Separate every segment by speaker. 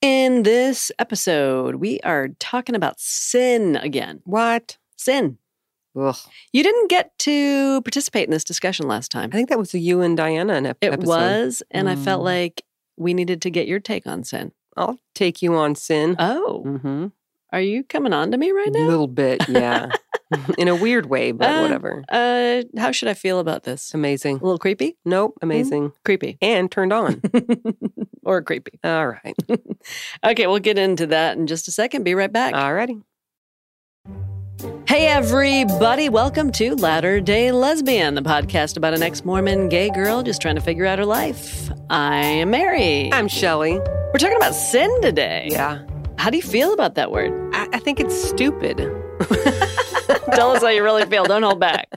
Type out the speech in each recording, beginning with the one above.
Speaker 1: In this episode, we are talking about sin again.
Speaker 2: What?
Speaker 1: Sin.
Speaker 2: Ugh.
Speaker 1: You didn't get to participate in this discussion last
Speaker 2: I
Speaker 1: time.
Speaker 2: think that was the you and Diana ep-
Speaker 1: It
Speaker 2: episode.
Speaker 1: was, and I felt
Speaker 2: Mm.
Speaker 1: like we needed to get your take on sin.
Speaker 2: I'll take you on sin.
Speaker 1: Oh,
Speaker 2: mm-hmm.
Speaker 1: are you coming on to me right
Speaker 2: A
Speaker 1: now?
Speaker 2: little bit, yeah. In a weird way, but
Speaker 1: Uh,
Speaker 2: whatever.
Speaker 1: Uh, how should I feel about this? A
Speaker 2: Amazing.
Speaker 1: little creepy?
Speaker 2: Nope,
Speaker 1: Mm-hmm.
Speaker 2: amazing.
Speaker 1: Creepy.
Speaker 2: And turned on.
Speaker 1: or creepy.
Speaker 2: All right.
Speaker 1: Okay, we'll get into that in just a second. Be right back.
Speaker 2: All righty.
Speaker 1: Hey, everybody, welcome to Latter day Lesbian, the podcast about an ex Mormon gay girl just trying to figure out her life. I am Mary.
Speaker 2: I'm Shelly.
Speaker 1: We're talking about sin today.
Speaker 2: Yeah.
Speaker 1: How do you feel about that word?
Speaker 2: I, I think it's stupid.
Speaker 1: Tell us how you really feel. Don't hold back.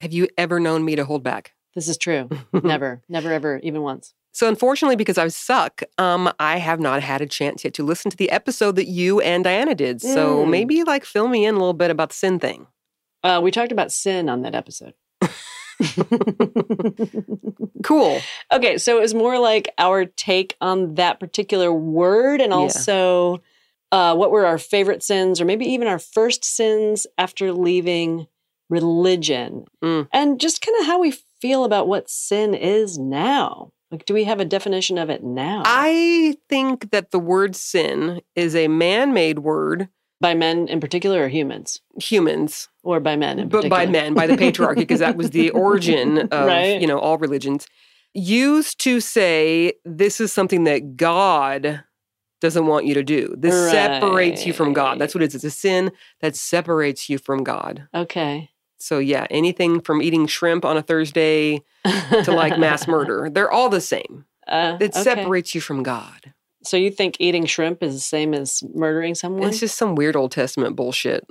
Speaker 2: Have you ever known me to hold back?
Speaker 1: This is true. Never, never, ever, even once.
Speaker 2: So unfortunately, because I suck, um, I have not had a chance yet to listen to the episode that you and Diana did. So
Speaker 1: Mm.
Speaker 2: maybe like fill me in a little bit about the sin thing.
Speaker 1: Uh, we talked about sin on that episode.
Speaker 2: Cool.
Speaker 1: Okay, so it was more like our take on that particular word and
Speaker 2: Yeah.
Speaker 1: also uh, what were our favorite sins or maybe even our first sins after leaving religion
Speaker 2: Mm.
Speaker 1: and just kind of how we feel about what sin is now. Like, do we have a definition of it now?
Speaker 2: I think that the word sin is a man made word,
Speaker 1: by men in particular or humans?
Speaker 2: humans,
Speaker 1: Or by men in
Speaker 2: but
Speaker 1: particular?
Speaker 2: by men, by the patriarchy, because that was the origin of
Speaker 1: Right.
Speaker 2: you know all religions, used to say this is something that God doesn't want you to do. This separates you from God. That's what it is. It's a sin that separates you from God.
Speaker 1: Okay.
Speaker 2: So yeah, anything from eating shrimp on a Thursday to like mass murder, they're all the same.
Speaker 1: Uh,
Speaker 2: It
Speaker 1: okay.
Speaker 2: separates you from God.
Speaker 1: So you think eating shrimp is the same as murdering someone?
Speaker 2: It's just some weird Old Testament bullshit.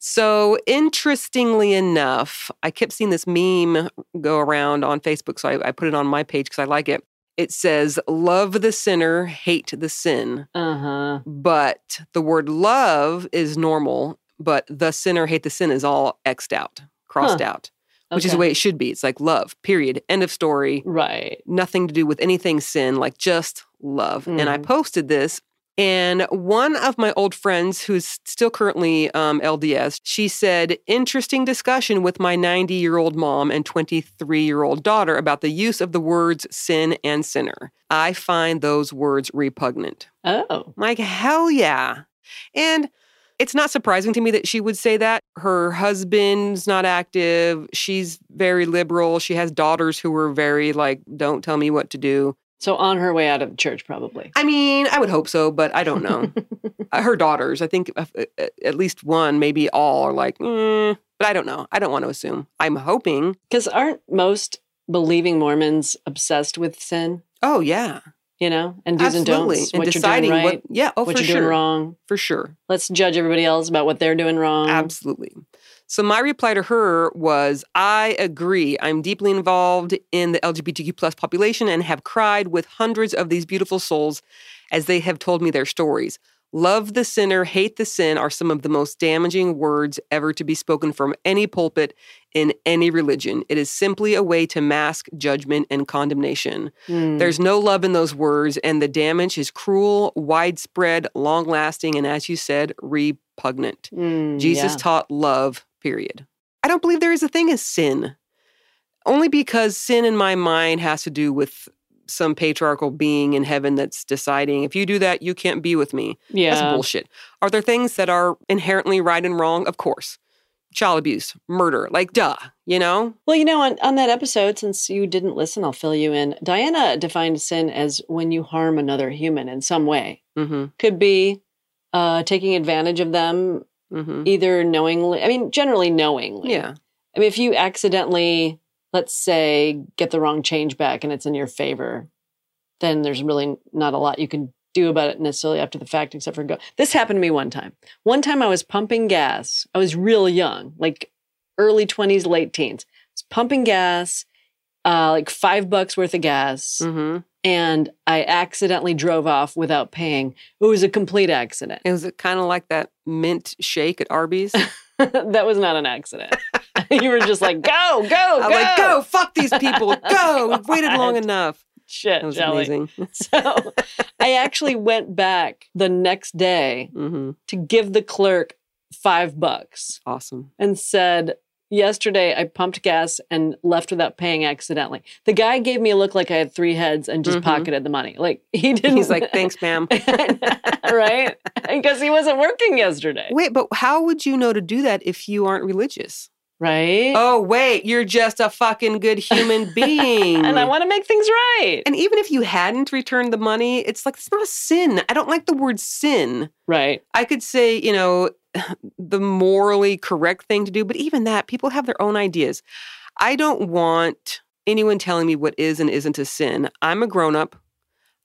Speaker 2: So, interestingly enough, I kept seeing this meme go around on Facebook. So I, I put it on my page because I like it. It says, Love the sinner, hate the sin.
Speaker 1: Uh huh.
Speaker 2: But the word love is normal, but the sinner, hate the sin is all X'd out, crossed out, which is the way it should be. It's like love, period. End of story
Speaker 1: Right.
Speaker 2: nothing to do with anything sin, like just love. And I
Speaker 1: Mhm.
Speaker 2: posted this. And one of my old friends, who's still currently um, LDS, she said, Interesting discussion with my 90 year old mom and 23 year old daughter about the use of the words sin and sinner. I find those words repugnant.
Speaker 1: Oh.
Speaker 2: I'm like, hell yeah. And it's not surprising to me that she would say that. Her husband's not active. She's very liberal. She has daughters who are very like, don't tell me what to do.
Speaker 1: So on her way out of church, probably.
Speaker 2: I mean, I would hope so, but I don't know. her daughters, I think uh, uh, at least one, maybe all are like, mm, but I don't know. I don't want to assume. I'm hoping.
Speaker 1: Because aren't most believing Mormons obsessed with sin?
Speaker 2: Oh, yeah.
Speaker 1: You know, and do's
Speaker 2: Absolutely.
Speaker 1: and don'ts, what you're doing right,
Speaker 2: what, yeah, oh,
Speaker 1: what
Speaker 2: for
Speaker 1: you're
Speaker 2: sure.
Speaker 1: doing wrong.
Speaker 2: For sure.
Speaker 1: Let's judge everybody else about what they're doing wrong.
Speaker 2: Absolutely. So my reply to her was, I agree. I'm deeply involved in the LGBTQ plus population and have cried with hundreds of these beautiful souls as they have told me their stories. Love the sinner, hate the sin are some of the most damaging words ever to be spoken from any pulpit in any religion. It is simply a way to mask judgment and condemnation.
Speaker 1: Mm.
Speaker 2: There's no love in those words, and the damage is cruel, widespread, long lasting, and as you said, repugnant.
Speaker 1: Mm,
Speaker 2: Jesus
Speaker 1: yeah.
Speaker 2: taught love, period. I don't believe there is a thing as sin. Only because sin in my mind has to do with some patriarchal being in heaven that's deciding if you do that, you can't be with me.
Speaker 1: yeah.
Speaker 2: That's bullshit. Are there things that are inherently right and wrong? Of course. Child abuse, murder, like duh, you know?
Speaker 1: Well, you know, on, on that episode, since you didn't listen, I'll fill you in. Diana defined sin as when you harm another human in some way.
Speaker 2: Mm-hmm.
Speaker 1: Could be uh, taking advantage of them,
Speaker 2: Mm-hmm.
Speaker 1: either knowingly, I mean, generally knowingly.
Speaker 2: Yeah.
Speaker 1: I mean, if you accidentally, let's say, get the wrong change back and it's in your favor, then there's really not a lot you can do about it necessarily after the fact, except for go. This happened to me one time. One time I was pumping gas. I was really young, like early 20s, late teens. I was pumping gas, uh, like five bucks worth of gas,
Speaker 2: Mm-hmm.
Speaker 1: and I accidentally drove off without paying. It was a complete accident.
Speaker 2: It was kind of like that mint shake at Arby's.
Speaker 1: Oh, that was not an accident. you were just like, go, go, go.
Speaker 2: I was like, go, fuck these people, go. We've waited long
Speaker 1: God.
Speaker 2: enough.
Speaker 1: shit,
Speaker 2: It was
Speaker 1: Shelley.
Speaker 2: amazing.
Speaker 1: So I actually went back the next day
Speaker 2: hmm
Speaker 1: to give the clerk five bucks
Speaker 2: Awesome.
Speaker 1: and said, Yesterday I pumped gas and left without paying accidentally. The guy gave me a look like I had three heads and just
Speaker 2: Mhm.
Speaker 1: pocketed the money. Like he didn't.
Speaker 2: He's like, thanks, ma'am.
Speaker 1: right? Because he wasn't working yesterday.
Speaker 2: Wait, but how would you know to do that if you aren't religious?
Speaker 1: Right?
Speaker 2: Oh, wait, you're just a fucking good human being.
Speaker 1: and I want to make things right.
Speaker 2: And even if you hadn't returned the money, it's like, it's not a sin. I don't like the word sin.
Speaker 1: Right.
Speaker 2: I could say, you know, the morally correct thing to do, but even that, people have their own ideas. I don't want anyone telling me what is and isn't a sin. I'm a grown up.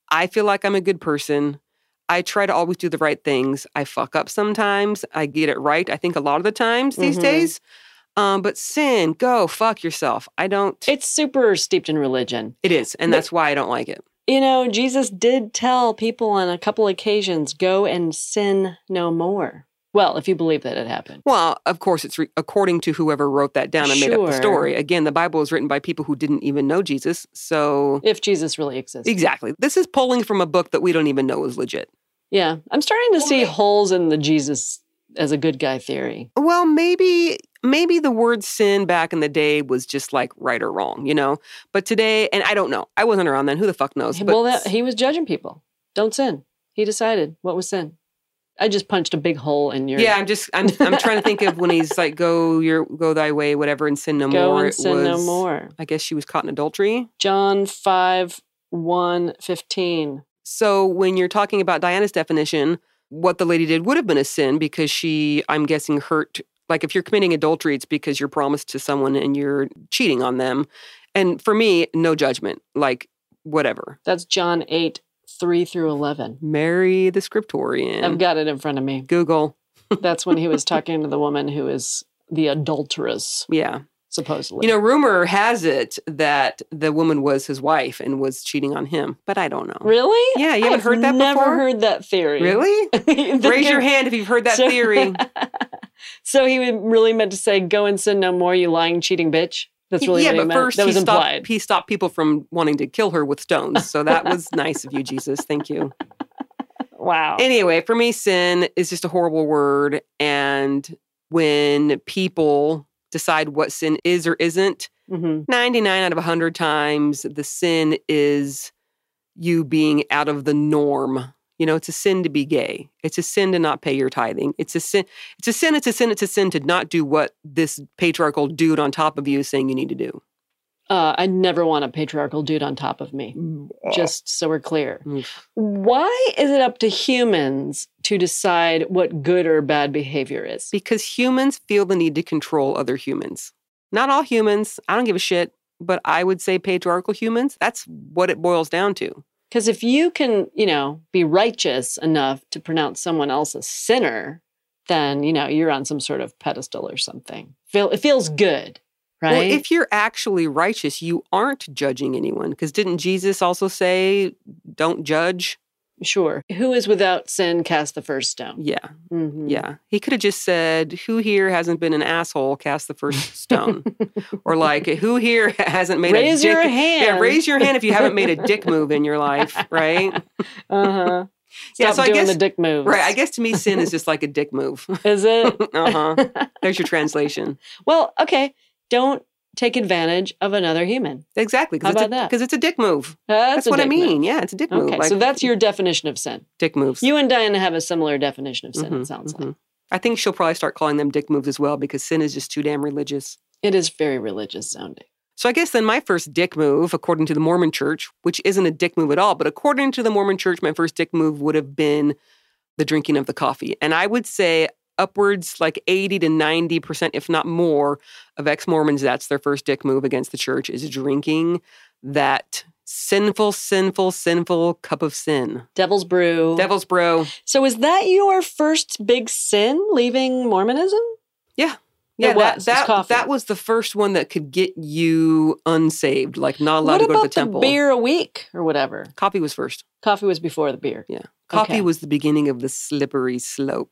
Speaker 2: I feel like I'm a good person. I try to always do the right things. I fuck up sometimes. I get it right, I think, a lot of the times these
Speaker 1: Mhm.
Speaker 2: days. Um, but sin, go fuck yourself. I don't.
Speaker 1: It's super steeped in religion.
Speaker 2: it is. And
Speaker 1: But-
Speaker 2: that's why I don't like it.
Speaker 1: You know, Jesus did tell people on a couple occasions, go and sin no more. Well, if you believe that it happened.
Speaker 2: Well, of course, it's re- according to whoever wrote that down and made up the
Speaker 1: Sure.
Speaker 2: story. Again, the Bible is written by people who didn't even know Jesus. So,
Speaker 1: If Jesus really exists.
Speaker 2: exactly. This is pulling from a book that we don't even know is legit.
Speaker 1: Yeah. I'm starting to
Speaker 2: Well,
Speaker 1: see
Speaker 2: may-
Speaker 1: holes in the Jesus as a good guy theory.
Speaker 2: Well, maybe. Maybe the word sin back in the day was just like right or wrong, you know? But today, and I don't know. I wasn't around then. Who the fuck knows? But
Speaker 1: well, that, he was judging people. Don't sin. He decided what was sin. I just punched a big hole in your.
Speaker 2: yeah, I'm just I'm I'm trying to think of when he's like go your go thy way, whatever, and sin no
Speaker 1: Go
Speaker 2: more.
Speaker 1: and
Speaker 2: It
Speaker 1: sin no
Speaker 2: was-
Speaker 1: more.
Speaker 2: I guess she was caught in adultery.
Speaker 1: John 5 1 15.
Speaker 2: So when you're talking about Diana's definition, what the lady did would have been a sin because she, I'm guessing, hurt. Like if you're committing adultery, it's because you're promised to someone and you're cheating on them. And for me, no judgment. Like whatever.
Speaker 1: That's John 8 3 through 11.
Speaker 2: Marry the
Speaker 1: I've
Speaker 2: scriptorian.
Speaker 1: got it in front of me.
Speaker 2: Google.
Speaker 1: That's when he was talking to the woman who is the adulteress,
Speaker 2: Yeah.
Speaker 1: supposedly.
Speaker 2: You know, rumor has it that the woman was his wife and was cheating on him, but I don't know.
Speaker 1: really?
Speaker 2: Yeah, you haven't
Speaker 1: I've
Speaker 2: heard that
Speaker 1: never
Speaker 2: before?
Speaker 1: heard that theory.
Speaker 2: Really?
Speaker 1: The
Speaker 2: Raise your
Speaker 1: guy-
Speaker 2: hand if you've heard that
Speaker 1: So-
Speaker 2: theory.
Speaker 1: So he was really meant to say, "Go and sin no more, you lying, cheating bitch." That's really
Speaker 2: yeah,
Speaker 1: what he
Speaker 2: but
Speaker 1: meant.
Speaker 2: first
Speaker 1: that was
Speaker 2: he
Speaker 1: implied.
Speaker 2: stopped. He stopped people from wanting to kill her with stones. So that was nice of you, Jesus. Thank you.
Speaker 1: Wow.
Speaker 2: Anyway, for me, sin is just a horrible word, and when people decide what sin is or isn't,
Speaker 1: hmm
Speaker 2: ninety-nine out of hundred times the sin is you being out of the norm. You know, it's a sin to be gay. It's a sin to not pay your tithing. It's a sin. It's a sin. It's a sin. It's a sin to not do what this patriarchal dude on top of you is saying you need to do.
Speaker 1: Uh, I never want a patriarchal dude on top of me. Just so we're clear,
Speaker 2: Oof.
Speaker 1: why is it up to humans to decide what good or bad behavior is?
Speaker 2: because humans feel the need to control other humans. Not all humans, I don't give a shit, but I would say patriarchal humans, that's what it boils down to.
Speaker 1: Because if you can, you know, be righteous enough to pronounce someone else a sinner, then you know you're on some sort of pedestal or something. Feel it feels good, right?
Speaker 2: Well, if you're actually righteous, you aren't judging anyone because didn't Jesus also say don't judge?
Speaker 1: sure. Who is without sin cast the first stone?
Speaker 2: Yeah,
Speaker 1: Mhm.
Speaker 2: yeah. He could have just said who here hasn't been an asshole cast the first stone or like who here hasn't made
Speaker 1: raise
Speaker 2: a dick
Speaker 1: your hand.
Speaker 2: Yeah, raise your hand if you haven't made a dick move in your life, right?
Speaker 1: Uh-huh. Stop
Speaker 2: Yeah, so I
Speaker 1: doing
Speaker 2: guess-
Speaker 1: the dick moves.
Speaker 2: Right. I guess to me, sin is just like a dick move.
Speaker 1: Is it?
Speaker 2: uh huh. There's your translation.
Speaker 1: well, okay. Don't take advantage of another human.
Speaker 2: Exactly.
Speaker 1: How
Speaker 2: Because
Speaker 1: about that?
Speaker 2: it's, a dick move.
Speaker 1: That's,
Speaker 2: That's,
Speaker 1: a
Speaker 2: what I
Speaker 1: dick move.
Speaker 2: mean. Yeah, it's a dick move.
Speaker 1: Okay,
Speaker 2: Like
Speaker 1: so that's your definition of sin.
Speaker 2: dick moves.
Speaker 1: You and Diana have a similar definition of sin.
Speaker 2: Mhm,
Speaker 1: it sounds like
Speaker 2: mhm. I think she'll probably start calling them dick moves as well because sin is just too damn religious.
Speaker 1: it is very religious sounding.
Speaker 2: So I guess then my first dick move, according to the Mormon Church, which isn't a dick move at all, but according to the Mormon Church, my first dick move would have been the drinking of the coffee. And I would say upwards like 80 to 90%, if not more, of ex-Mormons, that's their first dick move against the church is drinking that sinful, sinful, sinful cup of sin.
Speaker 1: Devil's Brew.
Speaker 2: Devil's bro.
Speaker 1: so is that your first big sin leaving Mormonism?
Speaker 2: Yeah,
Speaker 1: was. It's
Speaker 2: that that,
Speaker 1: coffee.
Speaker 2: that was the first one that could get you unsaved, like not allowed
Speaker 1: what
Speaker 2: to go
Speaker 1: about
Speaker 2: to the temple.
Speaker 1: beer a week or whatever?
Speaker 2: Coffee was first.
Speaker 1: Coffee was before the beer.
Speaker 2: Yeah. Coffee
Speaker 1: Okay.
Speaker 2: was the beginning of the slippery slope.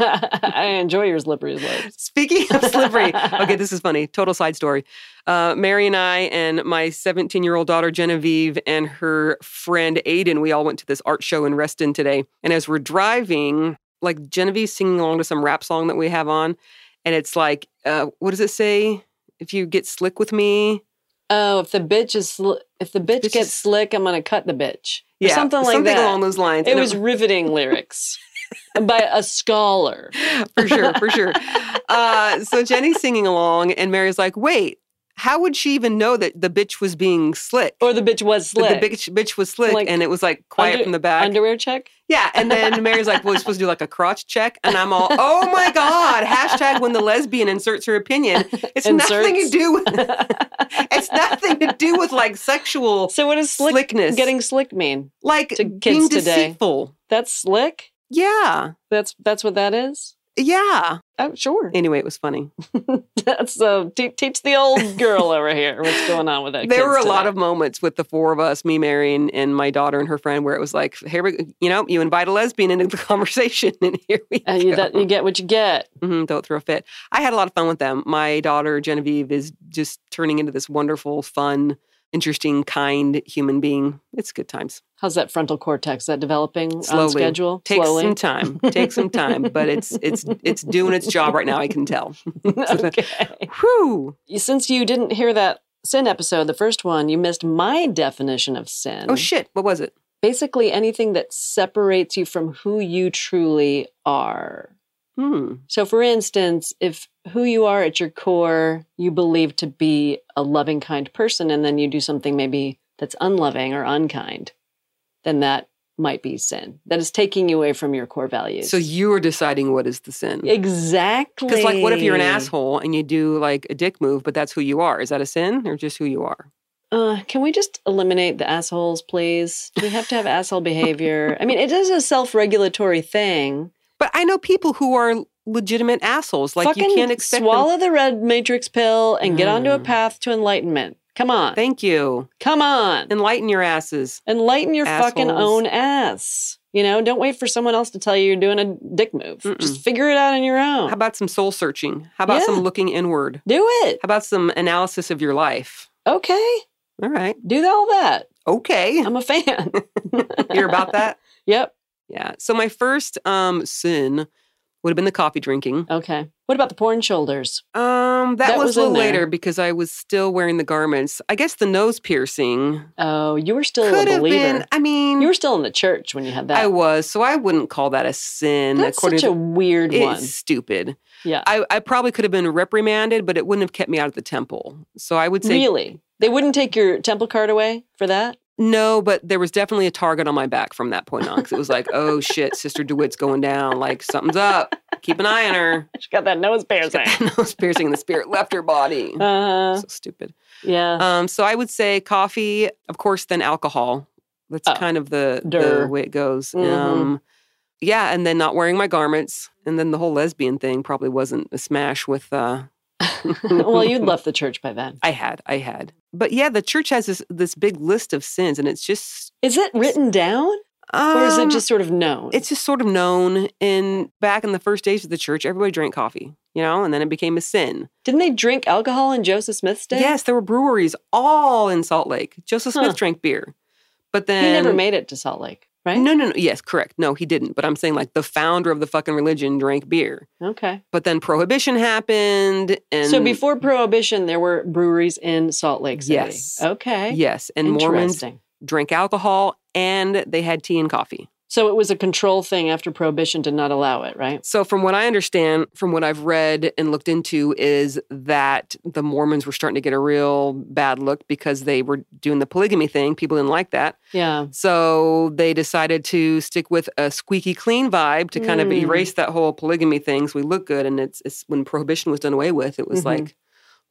Speaker 1: I enjoy your slippery slopes.
Speaker 2: Speaking of slippery, okay, this is funny. Total side story. Uh, Mary and I and my 17 year old daughter Genevieve and her friend Aiden, we all went to this art show in Reston today. And as we're driving, like Genevieve singing along to some rap song that we have on, and it's like, uh, what does it say? If you get slick with me,
Speaker 1: Oh, if the bitch is sli- if the bitch,
Speaker 2: Bitch
Speaker 1: gets
Speaker 2: is-
Speaker 1: slick, I'm gonna cut the bitch. Or something like
Speaker 2: something
Speaker 1: that.
Speaker 2: along those lines.
Speaker 1: it
Speaker 2: And
Speaker 1: was riveting lyrics by a scholar.
Speaker 2: for sure, for sure. Uh, so Jenny's singing along, and Mary's like, "Wait, how would she even know that the bitch was being slick?
Speaker 1: Or the bitch was
Speaker 2: That
Speaker 1: Oh, slick.
Speaker 2: the bitch, bitch was slick,
Speaker 1: Like,
Speaker 2: and it was like quiet
Speaker 1: under-
Speaker 2: from the back.
Speaker 1: Underwear check.
Speaker 2: yeah, and then Mary's like, "Well, you're supposed to do like a crotch check," and I'm all, "Oh my god!" Hashtag when the lesbian inserts her opinion. It's nothing to
Speaker 1: Inserts.
Speaker 2: do with. It's nothing to do with like sexual
Speaker 1: so what does slick
Speaker 2: slickness.
Speaker 1: getting slick mean?
Speaker 2: like
Speaker 1: to kids
Speaker 2: being
Speaker 1: today.
Speaker 2: deceitful.
Speaker 1: That's slick.
Speaker 2: Yeah,
Speaker 1: That's that's what that is.
Speaker 2: yeah.
Speaker 1: Oh, sure.
Speaker 2: Anyway, it was funny.
Speaker 1: That's uh, te- teach the old girl over here what's going on with that.
Speaker 2: there
Speaker 1: kids
Speaker 2: were a lot
Speaker 1: today.
Speaker 2: of moments with the four of us, me, Mary, and, and my daughter and her friend, where it was like, here we, you know, you invite a lesbian into the conversation, and here we
Speaker 1: And you,
Speaker 2: go.
Speaker 1: that, you get what you get.
Speaker 2: Mhm, don't throw a fit. I had a lot of fun with them. My daughter Genevieve is just turning into this wonderful, fun, interesting, kind human being. It's good times.
Speaker 1: How's that frontal cortex? Is that developing on
Speaker 2: Slowly.
Speaker 1: schedule?
Speaker 2: Takes
Speaker 1: Slowly.
Speaker 2: some time. Takes some time, but it's it's it's doing its job right now. I can tell.
Speaker 1: okay.
Speaker 2: Whew. Oh,
Speaker 1: Since you didn't hear that sin episode, the first one, you missed my definition of sin.
Speaker 2: Oh shit! What was it?
Speaker 1: Basically, anything that separates you from who you truly are.
Speaker 2: Hmm.
Speaker 1: So, for instance, if who you are at your core you believe to be a loving, kind person, and then you do something maybe that's unloving or unkind, then that might be sin. That is taking you away from your core values.
Speaker 2: So you are deciding what is the sin.
Speaker 1: exactly.
Speaker 2: Because like, what if you're an asshole and you do like a dick move, but that's who you are? Is that a sin or just who you are?
Speaker 1: Uh, can we just eliminate the assholes, please? Do we have to have asshole behavior? I mean, it is a self-regulatory thing.
Speaker 2: But I know people who are legitimate assholes. Like
Speaker 1: Fucking
Speaker 2: you can't expect them-
Speaker 1: swallow the red matrix pill and get onto a
Speaker 2: Mm.
Speaker 1: path to enlightenment. Come on,
Speaker 2: Thank you.
Speaker 1: come on.
Speaker 2: Enlighten your asses.
Speaker 1: Enlighten your fucking
Speaker 2: Assholes.
Speaker 1: own ass. You know, don't wait for someone else to tell you you're doing a dick move.
Speaker 2: Mm-mm.
Speaker 1: Just figure it out on your own.
Speaker 2: How about some soul searching? How about some
Speaker 1: Yeah.
Speaker 2: looking inward?
Speaker 1: do it.
Speaker 2: How about some analysis of your life?
Speaker 1: Okay.
Speaker 2: All right.
Speaker 1: Do all that.
Speaker 2: Okay.
Speaker 1: I'm a fan.
Speaker 2: You're about that?
Speaker 1: Yep.
Speaker 2: Yeah. So my first um sin would have been the coffee drinking.
Speaker 1: Okay. What about the porn shoulders?
Speaker 2: Um that,
Speaker 1: That
Speaker 2: was,
Speaker 1: was
Speaker 2: a
Speaker 1: in
Speaker 2: little
Speaker 1: there.
Speaker 2: later because I was still wearing the garments. I guess the nose piercing
Speaker 1: Oh, you were still
Speaker 2: could
Speaker 1: a
Speaker 2: have
Speaker 1: believer.
Speaker 2: been I mean
Speaker 1: You were still in the church when you had that.
Speaker 2: I was, so I wouldn't call that a sin.
Speaker 1: That's
Speaker 2: according
Speaker 1: such a
Speaker 2: to
Speaker 1: weird
Speaker 2: it's
Speaker 1: one.
Speaker 2: stupid.
Speaker 1: Yeah.
Speaker 2: I, I probably could have been reprimanded, but it wouldn't have kept me out of the temple. So I would say
Speaker 1: really? They wouldn't take your temple card away for that?
Speaker 2: no, but there was definitely a target on my back from that point on because it was like, oh shit, Sister Dewitt's going down. Like something's up. Keep an eye on her.
Speaker 1: She got that nose
Speaker 2: She's got that nose piercing. The spirit left her body.
Speaker 1: Uh,
Speaker 2: so stupid.
Speaker 1: yeah.
Speaker 2: Um, so I would say coffee, of course, then alcohol. That's
Speaker 1: Oh.
Speaker 2: kind of the, the
Speaker 1: Duh.
Speaker 2: way it goes.
Speaker 1: Mhm.
Speaker 2: Um, yeah, and then not wearing my garments, and then the whole lesbian thing probably wasn't a smash with. Uh,
Speaker 1: well, you'd left the church by then.
Speaker 2: I had, I had, but yeah, the church has this this big list of sins, and it's just,
Speaker 1: Is it written down?
Speaker 2: um,
Speaker 1: Or is it just sort of known?
Speaker 2: it's just sort of known. And back in the first days of the church, everybody drank coffee, you know, and then it became a sin.
Speaker 1: Didn't they drink alcohol in Joseph Smith's day?
Speaker 2: Yes, there were breweries all in Salt Lake. Joseph Smith
Speaker 1: Huh.
Speaker 2: drank beer, but then
Speaker 1: He never made it to Salt Lake, right?
Speaker 2: No, no, no. Yes, correct. No, he didn't. But I'm saying like the founder of the fucking religion drank beer.
Speaker 1: Okay.
Speaker 2: But then prohibition happened and
Speaker 1: so before Prohibition, there were breweries in Salt Lake City.
Speaker 2: Yes.
Speaker 1: Okay.
Speaker 2: Yes, and Mormons
Speaker 1: Interesting.
Speaker 2: drank alcohol and they had tea and coffee.
Speaker 1: So it was a control thing after Prohibition did not allow it, right?
Speaker 2: So from what I understand, from what I've read and looked into is that the Mormons were starting to get a real bad look because they were doing the polygamy thing. People didn't like that.
Speaker 1: Yeah.
Speaker 2: So they decided to stick with a squeaky clean vibe to kind of
Speaker 1: Mm.
Speaker 2: erase that whole polygamy thing. So we look good, and it's, it's when prohibition was done away with. It was
Speaker 1: Mhm.
Speaker 2: like,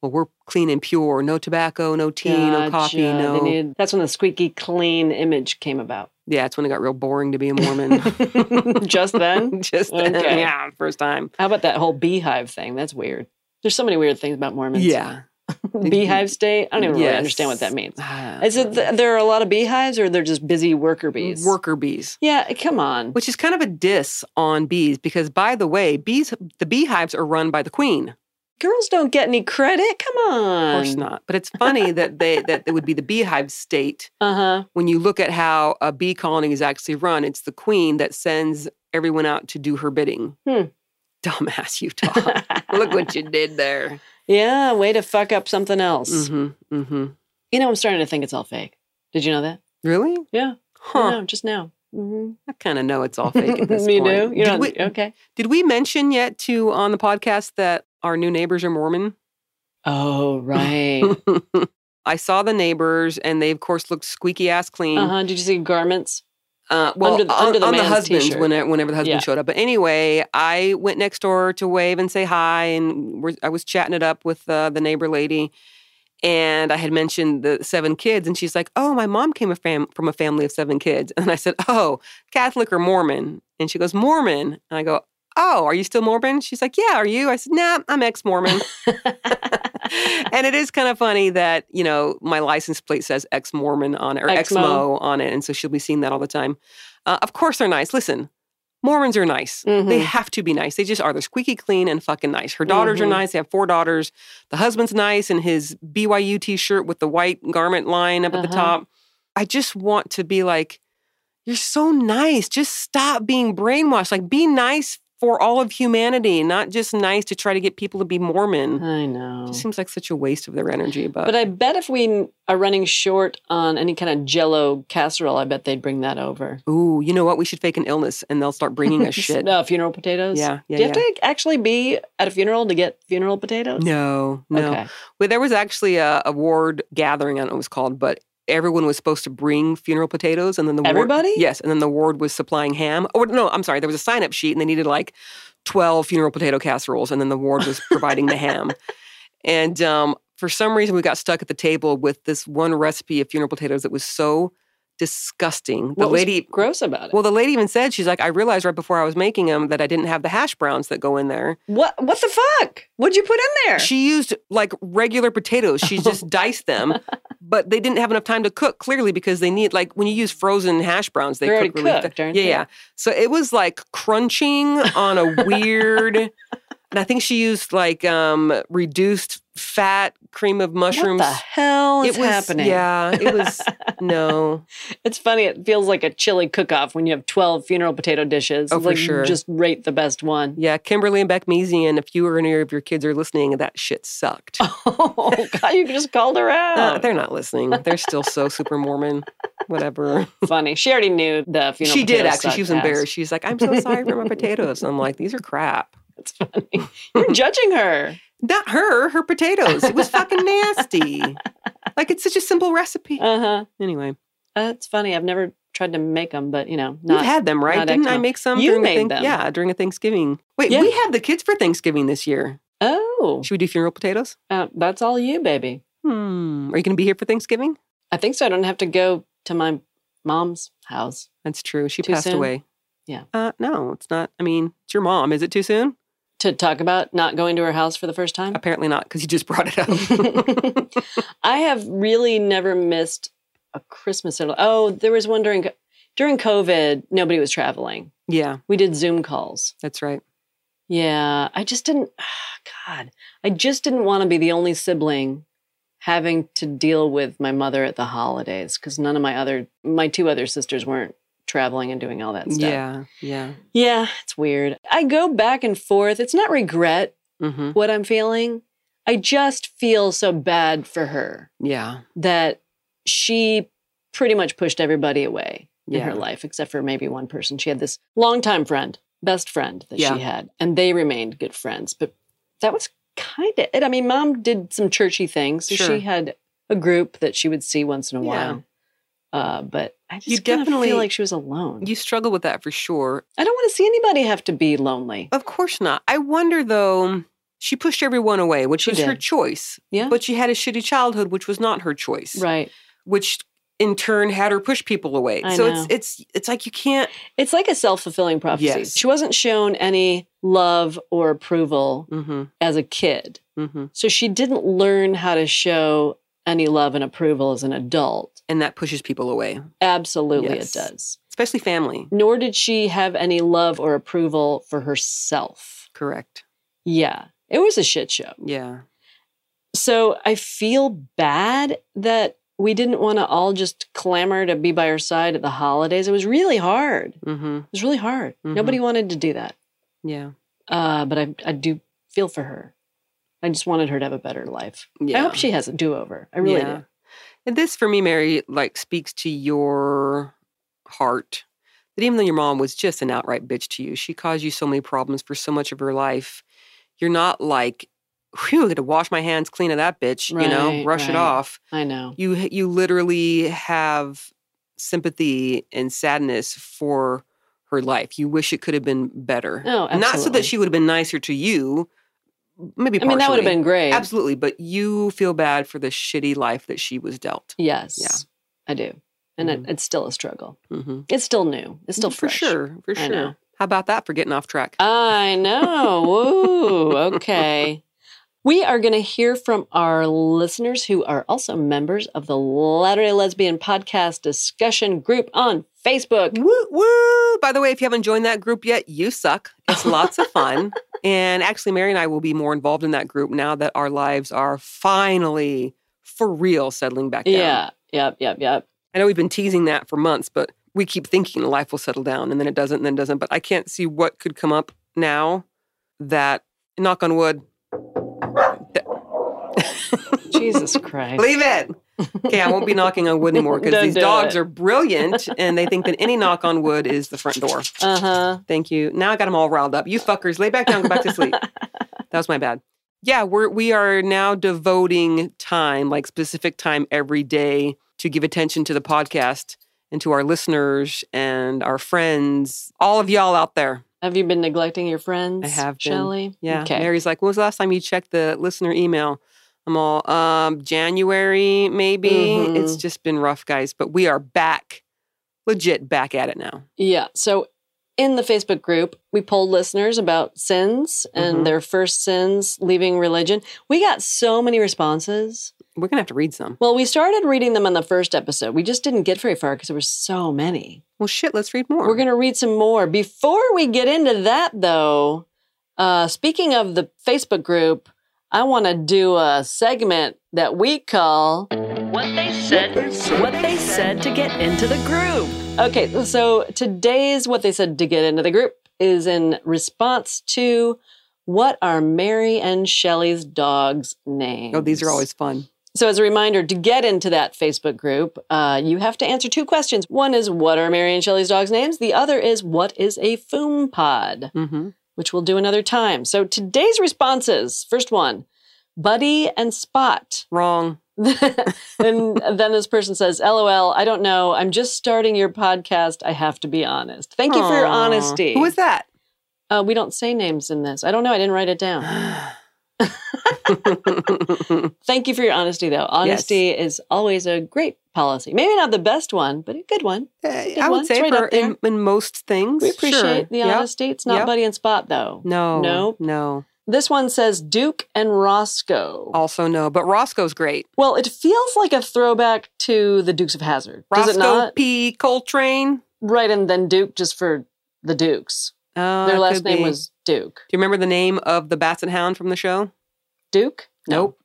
Speaker 2: well, we're clean and pure, no tobacco, no tea, no
Speaker 1: Gotcha.
Speaker 2: coffee,
Speaker 1: They
Speaker 2: no.
Speaker 1: needed- that's when the squeaky clean image came about.
Speaker 2: yeah, it's when it got real boring to be a Mormon.
Speaker 1: Just then?
Speaker 2: Just
Speaker 1: Okay.
Speaker 2: yeah, first time.
Speaker 1: How about that whole beehive thing? That's weird. There's so many weird things about Mormons.
Speaker 2: Yeah,
Speaker 1: beehive state. I don't even really
Speaker 2: Yes.
Speaker 1: understand what that means.
Speaker 2: Ah,
Speaker 1: Is it th- there are a lot of beehives, or they're just busy worker bees?
Speaker 2: worker bees?
Speaker 1: Yeah, come on.
Speaker 2: Which is kind of a diss on bees because, by the way, bees the beehives are run by the queen.
Speaker 1: Girls don't get any credit. Come
Speaker 2: Of
Speaker 1: on.
Speaker 2: course not. But it's funny that they that it would be the beehive state
Speaker 1: Uh huh.
Speaker 2: when you look at how a bee colony is actually run, it's the queen that sends everyone out to do her bidding.
Speaker 1: Hmm.
Speaker 2: Dumbass Utah. look what you did there.
Speaker 1: Yeah, way to fuck up something else.
Speaker 2: Mm-hmm. Mm-hmm.
Speaker 1: You know, I'm starting to think it's all fake. Did you know that?
Speaker 2: Really?
Speaker 1: Yeah.
Speaker 2: Huh.
Speaker 1: No, just now. Mm-hmm.
Speaker 2: I kind of know it's all fake at this
Speaker 1: Me
Speaker 2: point.
Speaker 1: too. You
Speaker 2: did,
Speaker 1: know.
Speaker 2: we,
Speaker 1: Okay.
Speaker 2: did we mention yet to on the podcast that our new neighbors are Mormon?
Speaker 1: Oh right.
Speaker 2: I saw the neighbors, and they of course looked squeaky ass clean.
Speaker 1: uh huh. Did you see garments?
Speaker 2: Uh, well,
Speaker 1: Under the-
Speaker 2: on,
Speaker 1: under the
Speaker 2: on the
Speaker 1: man's
Speaker 2: husband's
Speaker 1: t-shirt.
Speaker 2: when- whenever the husband
Speaker 1: Yeah.
Speaker 2: showed up. But anyway, I went next door to wave and say hi, and we're, I was chatting it up with uh, the neighbor lady. And I had mentioned the seven kids, and she's like, "Oh, my mom came a fam- from a family of seven kids." And I said, "Oh, Catholic or Mormon?" And she goes, "Mormon." And I go, "Oh, are you still Mormon?" She's like, "Yeah, are you?" I said, "Nah, I'm ex-Mormon." and it is kind of funny that you know my license plate says ex-Mormon on it or
Speaker 1: Exmo.
Speaker 2: exmo on it, and so she'll be seeing that all the time. Uh, of course, they're nice. Listen, Mormons are nice. They
Speaker 1: Mhm.
Speaker 2: have to be nice. They just are. They're squeaky clean and fucking nice. Her daughters
Speaker 1: Mhm.
Speaker 2: are nice. They have four daughters. The husband's nice in his BYU t-shirt with the white garment line up at the
Speaker 1: Uh-huh.
Speaker 2: top. I just want to be like, you're so nice. Just stop being brainwashed. Like, be nice for all of humanity, not just nice to try to get people to be Mormon.
Speaker 1: I know.
Speaker 2: It just seems like such a waste of their energy. But,
Speaker 1: Oh. But uh, I bet if we n- are running short on any kind of jello casserole, I bet they'd bring that over.
Speaker 2: ooh, you know what? We should fake an illness, and they'll start bringing us shit.
Speaker 1: No, funeral potatoes.
Speaker 2: Yeah, yeah,
Speaker 1: Do you have
Speaker 2: yeah.
Speaker 1: to actually be at a funeral to get funeral potatoes?
Speaker 2: No, no.
Speaker 1: Okay.
Speaker 2: Well, there was actually a, a ward gathering. I don't know what it was called, but everyone was supposed to bring funeral potatoes, and then the ward,
Speaker 1: Everybody?
Speaker 2: yes, and then the ward was supplying ham. Or no, I'm sorry, there was a sign up sheet, and they needed like twelve funeral potato casseroles, and then the ward was providing the ham. And um, for some reason, we got stuck at the table with this one recipe of funeral potatoes that was so disgusting. The
Speaker 1: What was
Speaker 2: lady.
Speaker 1: gross about it.
Speaker 2: well, the lady even said she's like, I realized right before I was making them that I didn't have the hash browns that go in there.
Speaker 1: what what the fuck? What'd you put in there?
Speaker 2: She used like regular potatoes. She
Speaker 1: Oh.
Speaker 2: just diced them, but they didn't have enough time to cook clearly because they need like when you use frozen hash browns, they
Speaker 1: They're already
Speaker 2: cook really fa-
Speaker 1: cooked, aren't
Speaker 2: yeah,
Speaker 1: they?
Speaker 2: yeah. So it was like crunching on a weird. and I think she used like um reduced fat cream of mushrooms.
Speaker 1: What the hell is
Speaker 2: it was
Speaker 1: happening?
Speaker 2: Yeah, it was no.
Speaker 1: It's funny. It feels like a chili cook-off when you have 12 funeral potato dishes.
Speaker 2: Oh,
Speaker 1: It's
Speaker 2: for
Speaker 1: like,
Speaker 2: sure.
Speaker 1: Just rate the best one.
Speaker 2: Yeah, Kimberly and Beck Mesian, if you or any of your kids are listening, that shit sucked.
Speaker 1: Oh, God, you just called her
Speaker 2: Uh,
Speaker 1: out.
Speaker 2: they're not listening. They're still so super Mormon. Whatever.
Speaker 1: funny. She already knew the funeral
Speaker 2: she did
Speaker 1: potatoes
Speaker 2: actually. She was
Speaker 1: sucked ass.
Speaker 2: embarrassed. She's like, "I'm so sorry for my potatoes." I'm like, "These are crap."
Speaker 1: It's funny. You're judging her.
Speaker 2: Not her. Her potatoes. It was fucking nasty. Like it's such a simple recipe.
Speaker 1: Uh huh.
Speaker 2: Anyway,
Speaker 1: That's Uh, funny. I've never tried to make them, but you know,
Speaker 2: you've
Speaker 1: not.
Speaker 2: had them, right?
Speaker 1: not
Speaker 2: Didn't I
Speaker 1: eczema.
Speaker 2: make some?
Speaker 1: You
Speaker 2: during a
Speaker 1: made
Speaker 2: thank-
Speaker 1: them.
Speaker 2: Yeah, during a Thanksgiving. Wait,
Speaker 1: Yeah.
Speaker 2: we had the kids for Thanksgiving this year.
Speaker 1: Oh,
Speaker 2: Should we do funeral potatoes?
Speaker 1: uh, that's all you, baby.
Speaker 2: Hmm. Are you going to be here for Thanksgiving?
Speaker 1: I think so. I don't have to go to my mom's house.
Speaker 2: That's true. She
Speaker 1: Too
Speaker 2: passed
Speaker 1: soon?
Speaker 2: away.
Speaker 1: Yeah.
Speaker 2: Uh, no, it's not. I mean, it's your mom. Is it too soon?
Speaker 1: To talk about not going to her house for the first time.
Speaker 2: Apparently not, because you just brought it up.
Speaker 1: I have really never missed a Christmas at all. Oh, there was one during during COVID. Nobody was traveling.
Speaker 2: yeah,
Speaker 1: We did Zoom calls.
Speaker 2: that's right.
Speaker 1: Yeah, I just didn't. God, I just didn't want to be the only sibling having to deal with my mother at the holidays because none of my other my two other sisters weren't traveling and doing all that stuff.
Speaker 2: Yeah, yeah.
Speaker 1: yeah, it's weird. I go back and forth. It's not regret
Speaker 2: Mm-hmm.
Speaker 1: what I'm feeling. I just feel so bad for her
Speaker 2: Yeah.
Speaker 1: that she pretty much pushed everybody away in
Speaker 2: Yeah.
Speaker 1: her life, except for maybe one person. She had this longtime friend, best friend that
Speaker 2: Yeah.
Speaker 1: she had, and they remained good friends. But that was kind of it. I mean, mom did some churchy things. So
Speaker 2: Sure.
Speaker 1: She had a group that she would see once in a
Speaker 2: Yeah.
Speaker 1: while. Uh, but I just
Speaker 2: You
Speaker 1: kinda
Speaker 2: definitely-
Speaker 1: feel like she was alone.
Speaker 2: You struggle with that for sure.
Speaker 1: I don't want to see anybody have to be lonely.
Speaker 2: Of course not. I wonder though, she pushed everyone away, which
Speaker 1: She
Speaker 2: was her
Speaker 1: did.
Speaker 2: choice.
Speaker 1: Yeah.
Speaker 2: But she had a shitty childhood, which was not her choice.
Speaker 1: right.
Speaker 2: Which in turn had her push people away.
Speaker 1: I
Speaker 2: so
Speaker 1: know.
Speaker 2: it's it's it's like you can't
Speaker 1: It's like a self fulfilling prophecy.
Speaker 2: Yes.
Speaker 1: She wasn't shown any love or approval
Speaker 2: mm-hmm,
Speaker 1: as a kid.
Speaker 2: mm-hmm.
Speaker 1: So she didn't learn how to show any love and approval as an adult.
Speaker 2: and that pushes people away,
Speaker 1: Absolutely,
Speaker 2: Yes.
Speaker 1: it does.
Speaker 2: especially family.
Speaker 1: Nor did she have any love or approval for herself.
Speaker 2: Correct.
Speaker 1: Yeah, it was a shit show.
Speaker 2: Yeah.
Speaker 1: So I feel bad that we didn't want to all just clamor to be by her side at the holidays. It was really hard. It
Speaker 2: Mm-hmm.
Speaker 1: was really hard.
Speaker 2: Mhm.
Speaker 1: Nobody wanted to do that.
Speaker 2: Yeah.
Speaker 1: Uh, but I, I do feel for her. I just wanted her to have a better life.
Speaker 2: Yeah.
Speaker 1: I hope she has a do over. I really do.
Speaker 2: And this for me, Mary, like speaks to your heart. That even though your mom was just an outright bitch to you, she caused you so many problems for so much of her life. You're not like, whew, I got to wash my hands clean of that bitch, you know,
Speaker 1: Right,
Speaker 2: brush
Speaker 1: right.
Speaker 2: it off.
Speaker 1: I know.
Speaker 2: You you literally have sympathy and sadness for her life. You wish it could have been better.
Speaker 1: Oh,
Speaker 2: Not so
Speaker 1: absolutely.
Speaker 2: that she would have been nicer to you. Maybe
Speaker 1: I mean, that would have
Speaker 2: partially.
Speaker 1: been great.
Speaker 2: Absolutely, but you feel bad for the shitty life that she was dealt.
Speaker 1: Yes.
Speaker 2: Yeah.
Speaker 1: I do. And
Speaker 2: Mhm.
Speaker 1: it, it's still a struggle.
Speaker 2: Mm-hmm.
Speaker 1: It's still new. It's still
Speaker 2: Mm, for
Speaker 1: fresh.
Speaker 2: sure, for
Speaker 1: I
Speaker 2: sure.
Speaker 1: know. Uh,
Speaker 2: How about that for getting off track?
Speaker 1: I know. Woo. Okay. We are going to hear from our listeners who are also members of the Latter day Lesbian Podcast discussion group on Facebook.
Speaker 2: woo woo! By the way, if you haven't joined that group yet, you suck. It's lots of fun, and actually, Mary and I will be more involved in that group now that our lives are finally for real settling back down.
Speaker 1: Yeah. Yep. Yep. Yep.
Speaker 2: I know we've been teasing that for months, but we keep thinking life will settle down and then it doesn't and then it doesn't. But I can't see what could come up now that, knock on wood,
Speaker 1: Jesus Christ.
Speaker 2: Leave it. Okay, I won't be knocking on wood anymore because
Speaker 1: Don't
Speaker 2: these
Speaker 1: do
Speaker 2: dogs
Speaker 1: it.
Speaker 2: are brilliant and they think that any knock on wood is the front door.
Speaker 1: Uh huh.
Speaker 2: Thank you. Now I got them all riled up. You fuckers, lay back down, go back to sleep. that was my bad. Yeah, we're we are now devoting time, like specific time every day, to give attention to the podcast and to our listeners and our friends, all of y'all out there.
Speaker 1: Have you been neglecting your friends?
Speaker 2: I have been.
Speaker 1: Shelley?
Speaker 2: Yeah.
Speaker 1: Okay.
Speaker 2: Mary's like, when was the last time you checked the listener email? I'm all, um, January, maybe.
Speaker 1: Mm-hmm.
Speaker 2: It's just been rough, guys, but we are back, legit back at it now.
Speaker 1: Yeah. So in the Facebook group, we polled listeners about sins and
Speaker 2: Mhm.
Speaker 1: their first sins leaving religion. We got so many responses.
Speaker 2: We're going to have to read some.
Speaker 1: Well, we started reading them on the first episode. We just didn't get very far because there were so many.
Speaker 2: Well, shit, let's read more.
Speaker 1: We're going to read some more. Before we get into that, though, uh, speaking of the Facebook group, I want to do a segment that we call What They Said, What They Said to Get Into the Group. Okay, so today's What They Said to Get Into the Group is in response to what are Mary and Shelley's dogs' names?
Speaker 2: Oh, these are always fun.
Speaker 1: So, as a reminder, to get into that Facebook group, uh, you have to answer two questions. One is, What are Mary and Shelley's dogs' names? The other is, What is a foom pod?
Speaker 2: hmm
Speaker 1: Which we'll do another time. So, today's responses first one, Buddy and Spot.
Speaker 2: Wrong.
Speaker 1: and then this person says, LOL, I don't know. I'm just starting your podcast. I have to be honest. Thank you for your
Speaker 2: Aw.
Speaker 1: honesty.
Speaker 2: Who was that?
Speaker 1: uh, we don't say names in this. I don't know. I didn't write it down. Thank you for your honesty, though. Honesty is always a great policy. Maybe not the best one, but a good one.
Speaker 2: Eh,
Speaker 1: Good
Speaker 2: I would
Speaker 1: one.
Speaker 2: say
Speaker 1: It's right
Speaker 2: for
Speaker 1: up there.
Speaker 2: in, in most things.
Speaker 1: We appreciate
Speaker 2: sure.
Speaker 1: the
Speaker 2: Yep.
Speaker 1: honesty. It's not
Speaker 2: Yep.
Speaker 1: Buddy and Spot, though.
Speaker 2: No.
Speaker 1: No.
Speaker 2: No.
Speaker 1: This one says Duke and Roscoe.
Speaker 2: Also no. But Roscoe's great.
Speaker 1: Well, it feels like a throwback to the Dukes of Hazard, does
Speaker 2: Roscoe
Speaker 1: it not?
Speaker 2: P. Coltrane.
Speaker 1: Right, and then Duke just for the Dukes.
Speaker 2: Oh,
Speaker 1: Their
Speaker 2: that
Speaker 1: last
Speaker 2: could
Speaker 1: name
Speaker 2: be.
Speaker 1: was Duke.
Speaker 2: Do you remember the name of the Basset Hound from the show?
Speaker 1: Duke? No.
Speaker 2: Nope.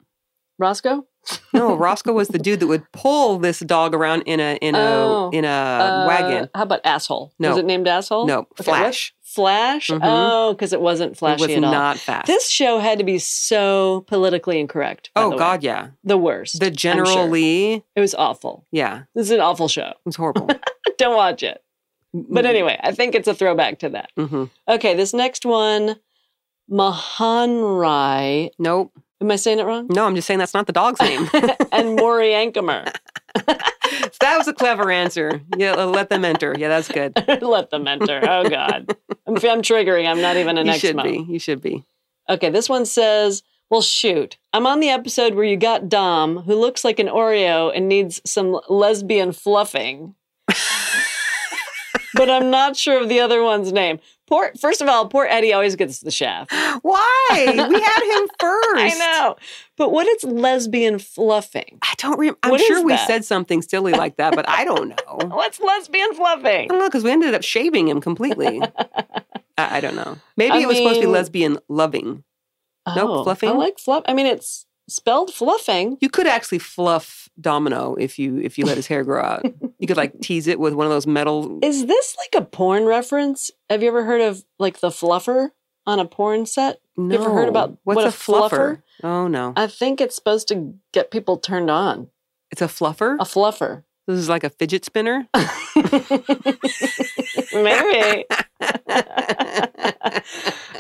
Speaker 1: Roscoe?
Speaker 2: No, Roscoe was the dude that would pull this dog around in a in a
Speaker 1: Oh.
Speaker 2: in a
Speaker 1: Uh,
Speaker 2: wagon.
Speaker 1: How about Asshole?
Speaker 2: No.
Speaker 1: Was it named Asshole?
Speaker 2: No,
Speaker 1: Okay,
Speaker 2: Flash.
Speaker 1: what- Flash?
Speaker 2: Mhm.
Speaker 1: Oh, because it wasn't
Speaker 2: It
Speaker 1: flashy
Speaker 2: was
Speaker 1: at all.
Speaker 2: not fast.
Speaker 1: This show had to be so politically incorrect. by the
Speaker 2: oh
Speaker 1: way.
Speaker 2: God, yeah.
Speaker 1: The worst.
Speaker 2: The General
Speaker 1: sure.
Speaker 2: Lee.
Speaker 1: it was awful.
Speaker 2: Yeah, it
Speaker 1: This is an awful show.
Speaker 2: was horrible. Mm,
Speaker 1: Don't watch it. But anyway, I think it's a throwback to that.
Speaker 2: hmm
Speaker 1: Okay, this next one, Mahanrai.
Speaker 2: nope.
Speaker 1: Am I saying it wrong?
Speaker 2: No, I'm just saying that's not the dog's name.
Speaker 1: and Maury Ankemer.
Speaker 2: that was a clever answer. Yeah, let them enter. Yeah, that's good.
Speaker 1: Let them enter. Oh, God. I'm, I'm triggering. I'm not even an
Speaker 2: you
Speaker 1: ex
Speaker 2: should be. You should be.
Speaker 1: Okay, this one says Well, shoot. I'm on the episode where you got Dom, who looks like an Oreo and needs some lesbian fluffing. but I'm not sure of the other one's name. Poor, first of all, poor Eddie always gets the shaft.
Speaker 2: Why? We had him
Speaker 1: I
Speaker 2: first.
Speaker 1: know. But what is lesbian fluffing?
Speaker 2: I don't remember. I'm
Speaker 1: What is
Speaker 2: sure we
Speaker 1: that?
Speaker 2: said something silly like that, but I don't know.
Speaker 1: What's lesbian
Speaker 2: I
Speaker 1: fluffing?
Speaker 2: don't know because we ended up shaving him completely. I, I don't know. Maybe
Speaker 1: I
Speaker 2: it was supposed to be
Speaker 1: mean-
Speaker 2: lesbian loving. Nope, fluffing.
Speaker 1: Oh, I like fluff. I mean, it's spelled fluffing.
Speaker 2: You could actually fluff Domino if you if you let his hair grow out. You could like tease it with one of those metal.
Speaker 1: Is this like a porn reference? Have you ever heard of like the fluffer on a porn set?
Speaker 2: No.
Speaker 1: ever heard about
Speaker 2: what's
Speaker 1: what
Speaker 2: a
Speaker 1: a fluffer?
Speaker 2: fluffer? Oh no,
Speaker 1: I think it's supposed to get people turned on.
Speaker 2: it's a fluffer.
Speaker 1: A fluffer.
Speaker 2: This is like a fidget spinner.
Speaker 1: Maybe.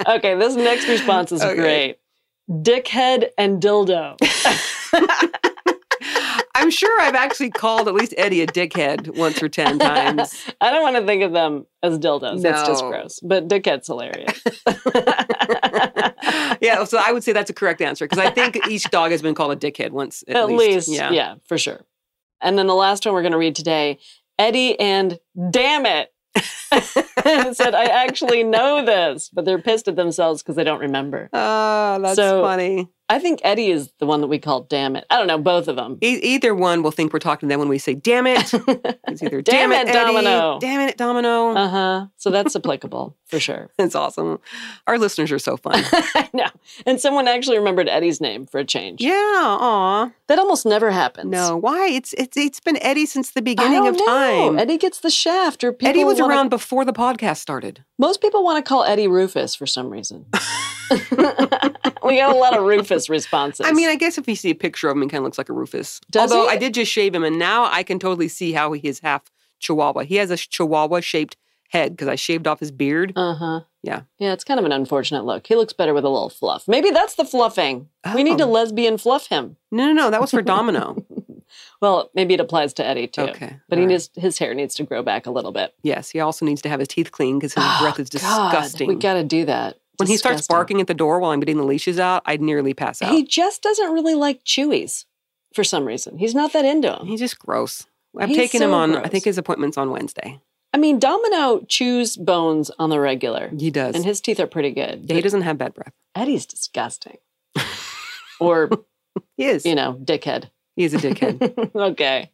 Speaker 1: okay, this next response is
Speaker 2: Okay.
Speaker 1: great. Dickhead and dildo.
Speaker 2: I'm sure I've actually called at least Eddie a dickhead once or ten times.
Speaker 1: I don't want to think of them as dildos. That's just
Speaker 2: No.
Speaker 1: gross. But dickhead's hilarious.
Speaker 2: yeah, so I would say that's a correct answer because I think each dog has been called a dickhead once at,
Speaker 1: At least,
Speaker 2: Yeah.
Speaker 1: yeah. for sure. And then the last one we're going to read today Eddie and Damn It said, I actually know this, but they're pissed at themselves because they don't remember.
Speaker 2: Oh, that's
Speaker 1: So-
Speaker 2: funny.
Speaker 1: I think Eddie is the one that we call Damn It. I don't know, both of them.
Speaker 2: E- either one will think we're talking to them when we say "damn it." It's either
Speaker 1: Damn
Speaker 2: "damn,
Speaker 1: it,
Speaker 2: it, Eddie,"
Speaker 1: Domino.
Speaker 2: damn it, Domino."
Speaker 1: Uh huh. So that's applicable for sure.
Speaker 2: That's awesome. Our listeners are so fun.
Speaker 1: I know. And someone actually remembered Eddie's name for a change.
Speaker 2: yeah. Aw.
Speaker 1: That almost never happens.
Speaker 2: No. Why? It's it's it's been Eddie since the
Speaker 1: I
Speaker 2: beginning
Speaker 1: don't
Speaker 2: of
Speaker 1: know.
Speaker 2: time.
Speaker 1: Eddie gets the shaft, or people
Speaker 2: Eddie was
Speaker 1: wanna-
Speaker 2: around before the podcast started.
Speaker 1: Most people want to call Eddie Rufus for some reason. we got a lot of Rufus responses.
Speaker 2: I mean, I guess if you see a picture of him, he kind of looks like a Rufus.
Speaker 1: Does
Speaker 2: Although
Speaker 1: he?
Speaker 2: I did just shave him, and now I can totally see how he is half Chihuahua. He has a Chihuahua shaped head because I shaved off his beard.
Speaker 1: uh huh.
Speaker 2: Yeah.
Speaker 1: Yeah, it's kind of an unfortunate look. He looks better with a little fluff. Maybe that's the fluffing. We need to
Speaker 2: Oh.
Speaker 1: lesbian fluff him.
Speaker 2: No, no, no. That was for Domino.
Speaker 1: Well, maybe it applies to Eddie too.
Speaker 2: okay.
Speaker 1: But
Speaker 2: All
Speaker 1: he
Speaker 2: right.
Speaker 1: needs his hair needs to grow back a little bit. Ah,
Speaker 2: Yes, he also needs to have his teeth clean because his breath is
Speaker 1: Oh, God,
Speaker 2: disgusting.
Speaker 1: we got to do that.
Speaker 2: when he starts
Speaker 1: Disgusting.
Speaker 2: barking at the door while I'm getting the leashes out, I'd nearly pass out.
Speaker 1: He just doesn't really like Chewies for some reason. He's not that into them.
Speaker 2: He's just gross. I've
Speaker 1: He's
Speaker 2: taken
Speaker 1: so
Speaker 2: him on. I
Speaker 1: gross.
Speaker 2: think his appointment's on Wednesday.
Speaker 1: I mean, Domino chews bones on the regular,
Speaker 2: He does.
Speaker 1: and his teeth are pretty good.
Speaker 2: yeah, he doesn't have bad breath.
Speaker 1: Eddie's disgusting. or,
Speaker 2: He is.
Speaker 1: you know, dickhead.
Speaker 2: He is a dickhead.
Speaker 1: okay.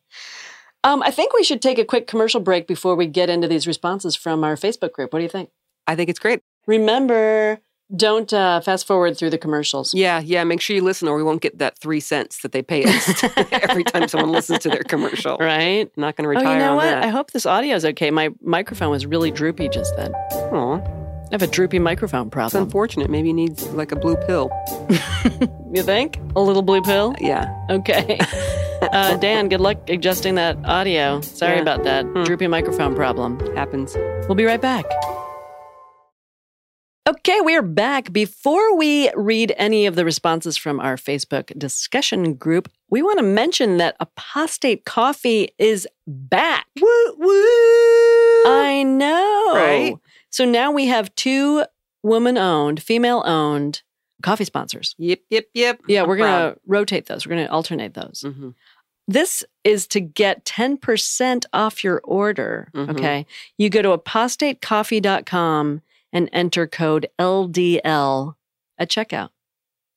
Speaker 1: Um, I think we should take a quick commercial break before we get into these responses from our Facebook group. What do you think?
Speaker 2: I think it's great.
Speaker 1: Remember, don't uh, fast forward through the commercials.
Speaker 2: Yeah, yeah. Make sure you listen, or we won't get that three cents that they pay us every time someone listens to their commercial.
Speaker 1: Right?
Speaker 2: Not going to retire
Speaker 1: oh, you know
Speaker 2: on
Speaker 1: what? I
Speaker 2: that.
Speaker 1: hope this audio is okay. My microphone was really droopy just then. I
Speaker 2: Aw,
Speaker 1: have a droopy microphone
Speaker 2: it's
Speaker 1: problem.
Speaker 2: unfortunate. Maybe he needs like a blue pill.
Speaker 1: You think? A little blue pill?
Speaker 2: Yeah.
Speaker 1: Okay. Uh, Dan, good luck adjusting that audio. Sorry
Speaker 2: Yeah.
Speaker 1: about that
Speaker 2: Hmm.
Speaker 1: droopy microphone problem.
Speaker 2: Happens.
Speaker 1: We'll be right back. Okay, we are back. Before we read any of the responses from our Facebook discussion group, we want to mention that Apostate Coffee is back.
Speaker 2: Woo woo.
Speaker 1: I know.
Speaker 2: Right?
Speaker 1: So now we have two woman owned, female owned coffee sponsors.
Speaker 2: yep, yep, yep.
Speaker 1: Yeah, we're going
Speaker 2: proud.
Speaker 1: to rotate those. We're going to alternate those.
Speaker 2: Mm-hmm.
Speaker 1: This is to get 10% off your order.
Speaker 2: Mhm.
Speaker 1: Okay. You go to apostatecoffee.com and enter code LDL at checkout.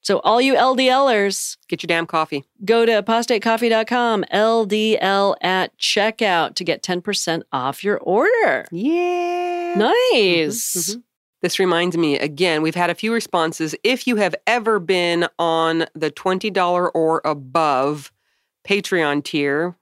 Speaker 1: So, all you LDLers,
Speaker 2: Get your damn coffee.
Speaker 1: go to apostatecoffee.com, LDL at checkout to get 10% off your order.
Speaker 2: Yeah.
Speaker 1: Mm-hmm, Nice.
Speaker 2: Mhm. This reminds me again, we've had a few responses. If you have ever been on the $20 or above Patreon tier,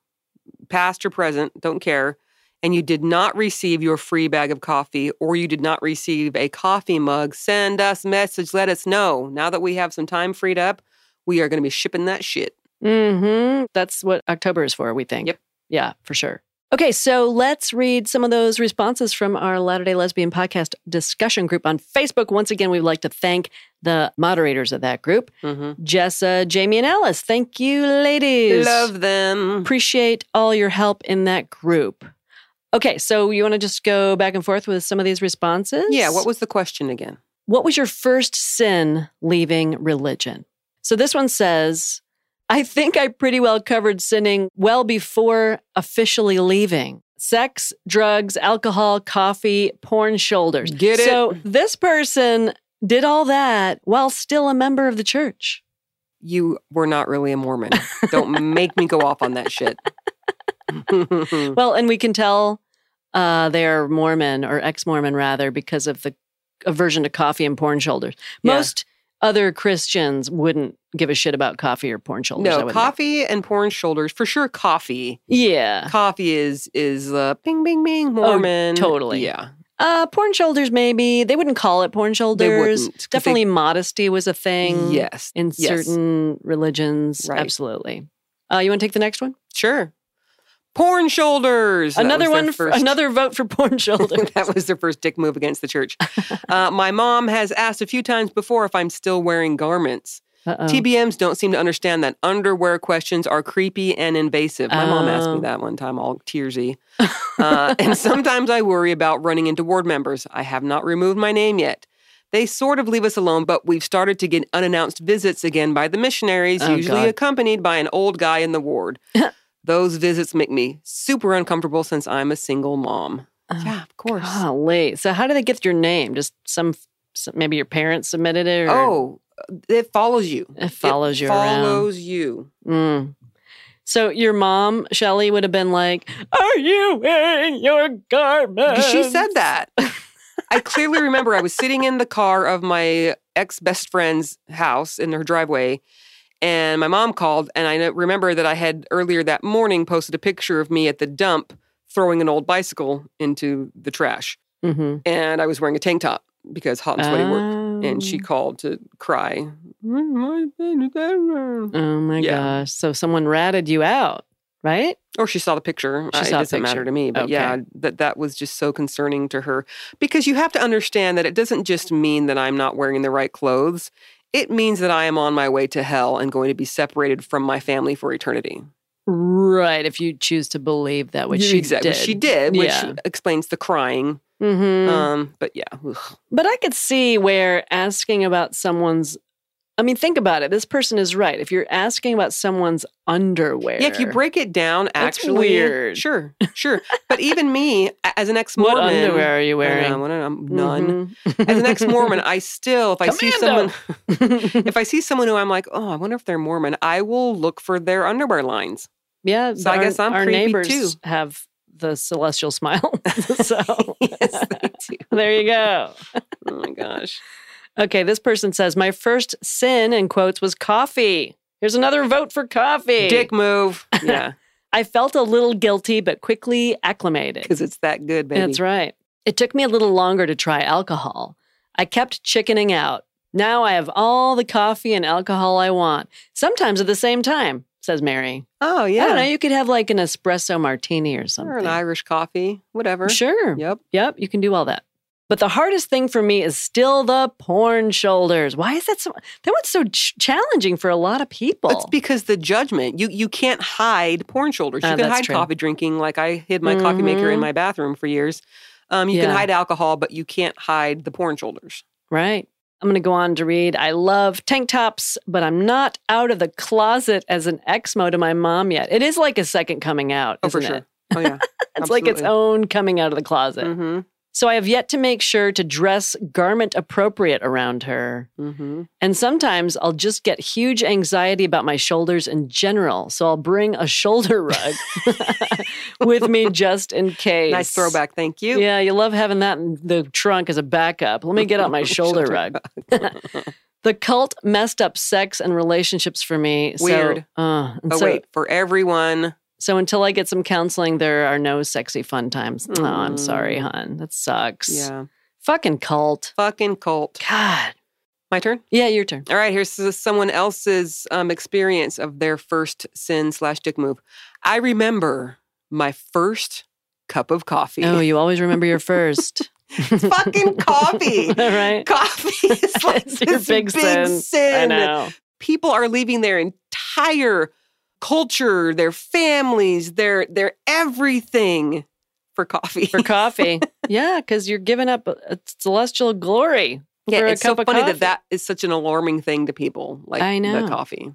Speaker 2: past or present, don't care, and you did not receive your free bag of coffee or you did not receive a coffee mug, send us a message, let us know. Now that we have some time freed up, we are going to be shipping that shit.
Speaker 1: Mm-hmm. That's what October is for, we think.
Speaker 2: Yep.
Speaker 1: Yeah, for sure. Okay, so let's read some of those responses from our Latter day Lesbian podcast discussion group on Facebook. Once again, we'd like to thank the moderators of that group,
Speaker 2: Mhm.
Speaker 1: Jessa, Jamie, and Alice. Thank you, ladies.
Speaker 2: Love them.
Speaker 1: Appreciate all your help in that group. Okay, so you want to just go back and forth with some of these responses?
Speaker 2: Yeah, what was the question again?
Speaker 1: what was your first sin leaving religion? So this one says, I think I pretty well covered sinning well before officially leaving. Sex, drugs, alcohol, coffee, porn shoulders.
Speaker 2: Get it?
Speaker 1: So this person did all that while still a member of the church.
Speaker 2: You were not really a Mormon. Don't make me go off on that shit.
Speaker 1: Well, and we can tell uh, they are Mormon or ex Mormon rather because of the aversion to coffee and porn shoulders.
Speaker 2: Yeah.
Speaker 1: Most other Christians wouldn't give a shit about coffee or porn shoulders. I
Speaker 2: no,
Speaker 1: wouldn't
Speaker 2: coffee and porn shoulders for sure. Coffee,
Speaker 1: think. Yeah.
Speaker 2: coffee is is uh, bing bing bing Mormon.
Speaker 1: Oh, totally.
Speaker 2: Yeah,
Speaker 1: Uh, porn shoulders, maybe. They wouldn't call it porn shoulders.
Speaker 2: they wouldn't 'cause they-
Speaker 1: Definitely modesty was a thing
Speaker 2: yes,
Speaker 1: in
Speaker 2: Yes.
Speaker 1: certain religions.
Speaker 2: Right.
Speaker 1: Absolutely. Uh, you want to take the next one?
Speaker 2: sure. Porn shoulders. That
Speaker 1: another
Speaker 2: was their
Speaker 1: one, for,
Speaker 2: first-
Speaker 1: another vote for porn shoulders.
Speaker 2: that was their first dick move against the church. Uh, my mom has asked a few times before if I'm still wearing garments.
Speaker 1: Uh-oh.
Speaker 2: TBMs don't seem to understand that underwear questions are creepy and invasive. My mom asked
Speaker 1: Oh.
Speaker 2: me that one time, all tearsy. Uh, and sometimes I worry about running into ward members. I have not removed my name yet. They sort of leave us alone, but we've started to get unannounced visits again by the missionaries,
Speaker 1: Oh,
Speaker 2: usually
Speaker 1: God.
Speaker 2: accompanied by an old guy in the ward. Those visits make me super uncomfortable since I'm a single mom.
Speaker 1: Oh,
Speaker 2: yeah, of course.
Speaker 1: Golly. So how do they get your name? Just some, some maybe your parents submitted it or
Speaker 2: Oh, it follows you.
Speaker 1: it follows you around.
Speaker 2: follows you.
Speaker 1: Mm. So your mom, Shelly, would have been like, Are you wearing your garment?
Speaker 2: Because she said that. I clearly remember I was sitting in the car of my ex best friend's house in her driveway, and my mom called. And I know- remember that I had earlier that morning posted a picture of me at the dump throwing an old bicycle into the trash.
Speaker 1: hmm
Speaker 2: And I was wearing a tank top because hot and sweaty work. And she called to cry.
Speaker 1: Oh my
Speaker 2: Yeah.
Speaker 1: gosh. So someone ratted you out, right?
Speaker 2: Or she saw the picture.
Speaker 1: She
Speaker 2: Uh,
Speaker 1: saw
Speaker 2: it
Speaker 1: the
Speaker 2: doesn't matter
Speaker 1: picture.
Speaker 2: to me. But yeah, that that was just so concerning to her because you have to understand that it doesn't just mean that I'm not wearing the right clothes. It means that I am on my way to hell and going to be separated from my family for eternity.
Speaker 1: Right. If you choose to believe that, which she
Speaker 2: Exact-
Speaker 1: did.
Speaker 2: Which she did, which
Speaker 1: Yeah.
Speaker 2: explains the crying.
Speaker 1: Mhm.
Speaker 2: Um, but yeah, ugh.
Speaker 1: But I could see where asking about someone's I mean, think about it. This person is right. If you're asking about someone's underwear.
Speaker 2: yeah. If you break it down,
Speaker 1: That's
Speaker 2: actually,
Speaker 1: weird.
Speaker 2: sure, sure. but even me, a- as an
Speaker 1: what
Speaker 2: ex-Mormon,
Speaker 1: underwear are you
Speaker 2: I know,
Speaker 1: wearing? Mm-hmm.
Speaker 2: what- I'm none. As an ex-Mormon, I still, if I see someone.
Speaker 1: someone
Speaker 2: if I see someone who I'm like, oh, I wonder if they're Mormon, I will look for their underwear lines.
Speaker 1: Yeah.
Speaker 2: So I
Speaker 1: our-
Speaker 2: guess I'm
Speaker 1: our
Speaker 2: creepy,
Speaker 1: neighbors
Speaker 2: too.
Speaker 1: have the celestial smile. so
Speaker 2: yes, they do.
Speaker 1: there you go.
Speaker 2: Oh my gosh.
Speaker 1: Okay, this person says, My first sin in quotes was coffee. Here's another vote for coffee.
Speaker 2: Dick move. Yeah,
Speaker 1: I felt a little guilty, but quickly acclimated.
Speaker 2: because it's that good, baby.
Speaker 1: That's right. It took me a little longer to try alcohol. I kept chickening out. Now I have all the coffee and alcohol I want, sometimes at the same time, says Mary.
Speaker 2: Oh
Speaker 1: I don't know.
Speaker 2: yeah,
Speaker 1: You could have like an espresso martini or something.
Speaker 2: or an Irish coffee, whatever.
Speaker 1: Sure.
Speaker 2: Yep.
Speaker 1: Yep, you can do all that. But the hardest thing for me is still the porn shoulders. Why is that so? That one's so ch- challenging for a lot of people.
Speaker 2: That's because the judgment. You you can't hide porn shoulders. You
Speaker 1: Ah,
Speaker 2: can
Speaker 1: that's
Speaker 2: hide
Speaker 1: true.
Speaker 2: coffee drinking, like I hid my coffee maker in
Speaker 1: Mhm.
Speaker 2: my bathroom for years. Um, you
Speaker 1: Yeah.
Speaker 2: can hide alcohol, but you can't hide the porn shoulders.
Speaker 1: right. I'm going to go on to read. I love tank tops, but I'm not out of the closet as an exmo to my mom yet. It is like a second coming out,
Speaker 2: Oh,
Speaker 1: isn't
Speaker 2: for sure.
Speaker 1: it?
Speaker 2: Oh yeah.
Speaker 1: It's like its own coming out of the closet.
Speaker 2: hmm
Speaker 1: So I have yet to make sure to dress garment appropriate around her.
Speaker 2: hmm
Speaker 1: And sometimes I'll just get huge anxiety about my shoulders in general. So I'll bring a shoulder rug with me just in case.
Speaker 2: Nice throwback. Thank you.
Speaker 1: Yeah, you love having that in the trunk as a backup. Let me get out my shoulder rug. The cult messed up sex and relationships for me. So,
Speaker 2: Weird.
Speaker 1: uh, and
Speaker 2: Oh
Speaker 1: so,
Speaker 2: wait, for everyone.
Speaker 1: so until I get some counseling, there are no sexy fun times. Oh, I'm
Speaker 2: Mm.
Speaker 1: sorry, hon. That sucks.
Speaker 2: Yeah.
Speaker 1: Fucking cult.
Speaker 2: Fucking cult.
Speaker 1: God.
Speaker 2: My turn.
Speaker 1: Yeah, your turn.
Speaker 2: All right. Here's s- someone else's um, experience of their first sin slash dick move. I remember my first cup of coffee.
Speaker 1: Oh, you always remember your first.
Speaker 2: It's fucking coffee.
Speaker 1: right?
Speaker 2: coffee is like
Speaker 1: It's your
Speaker 2: this
Speaker 1: big
Speaker 2: big,
Speaker 1: sin.
Speaker 2: sin.
Speaker 1: I know.
Speaker 2: People are leaving their entire culture, their families, their their everything for coffee.
Speaker 1: For coffee. yeah, because you're giving up a, a uh, celestial glory
Speaker 2: Yeah,
Speaker 1: for
Speaker 2: it's
Speaker 1: a
Speaker 2: so
Speaker 1: cup
Speaker 2: funny
Speaker 1: of
Speaker 2: that
Speaker 1: coffee.
Speaker 2: that is such an alarming thing to people. Like
Speaker 1: I know.
Speaker 2: the coffee.
Speaker 1: Y-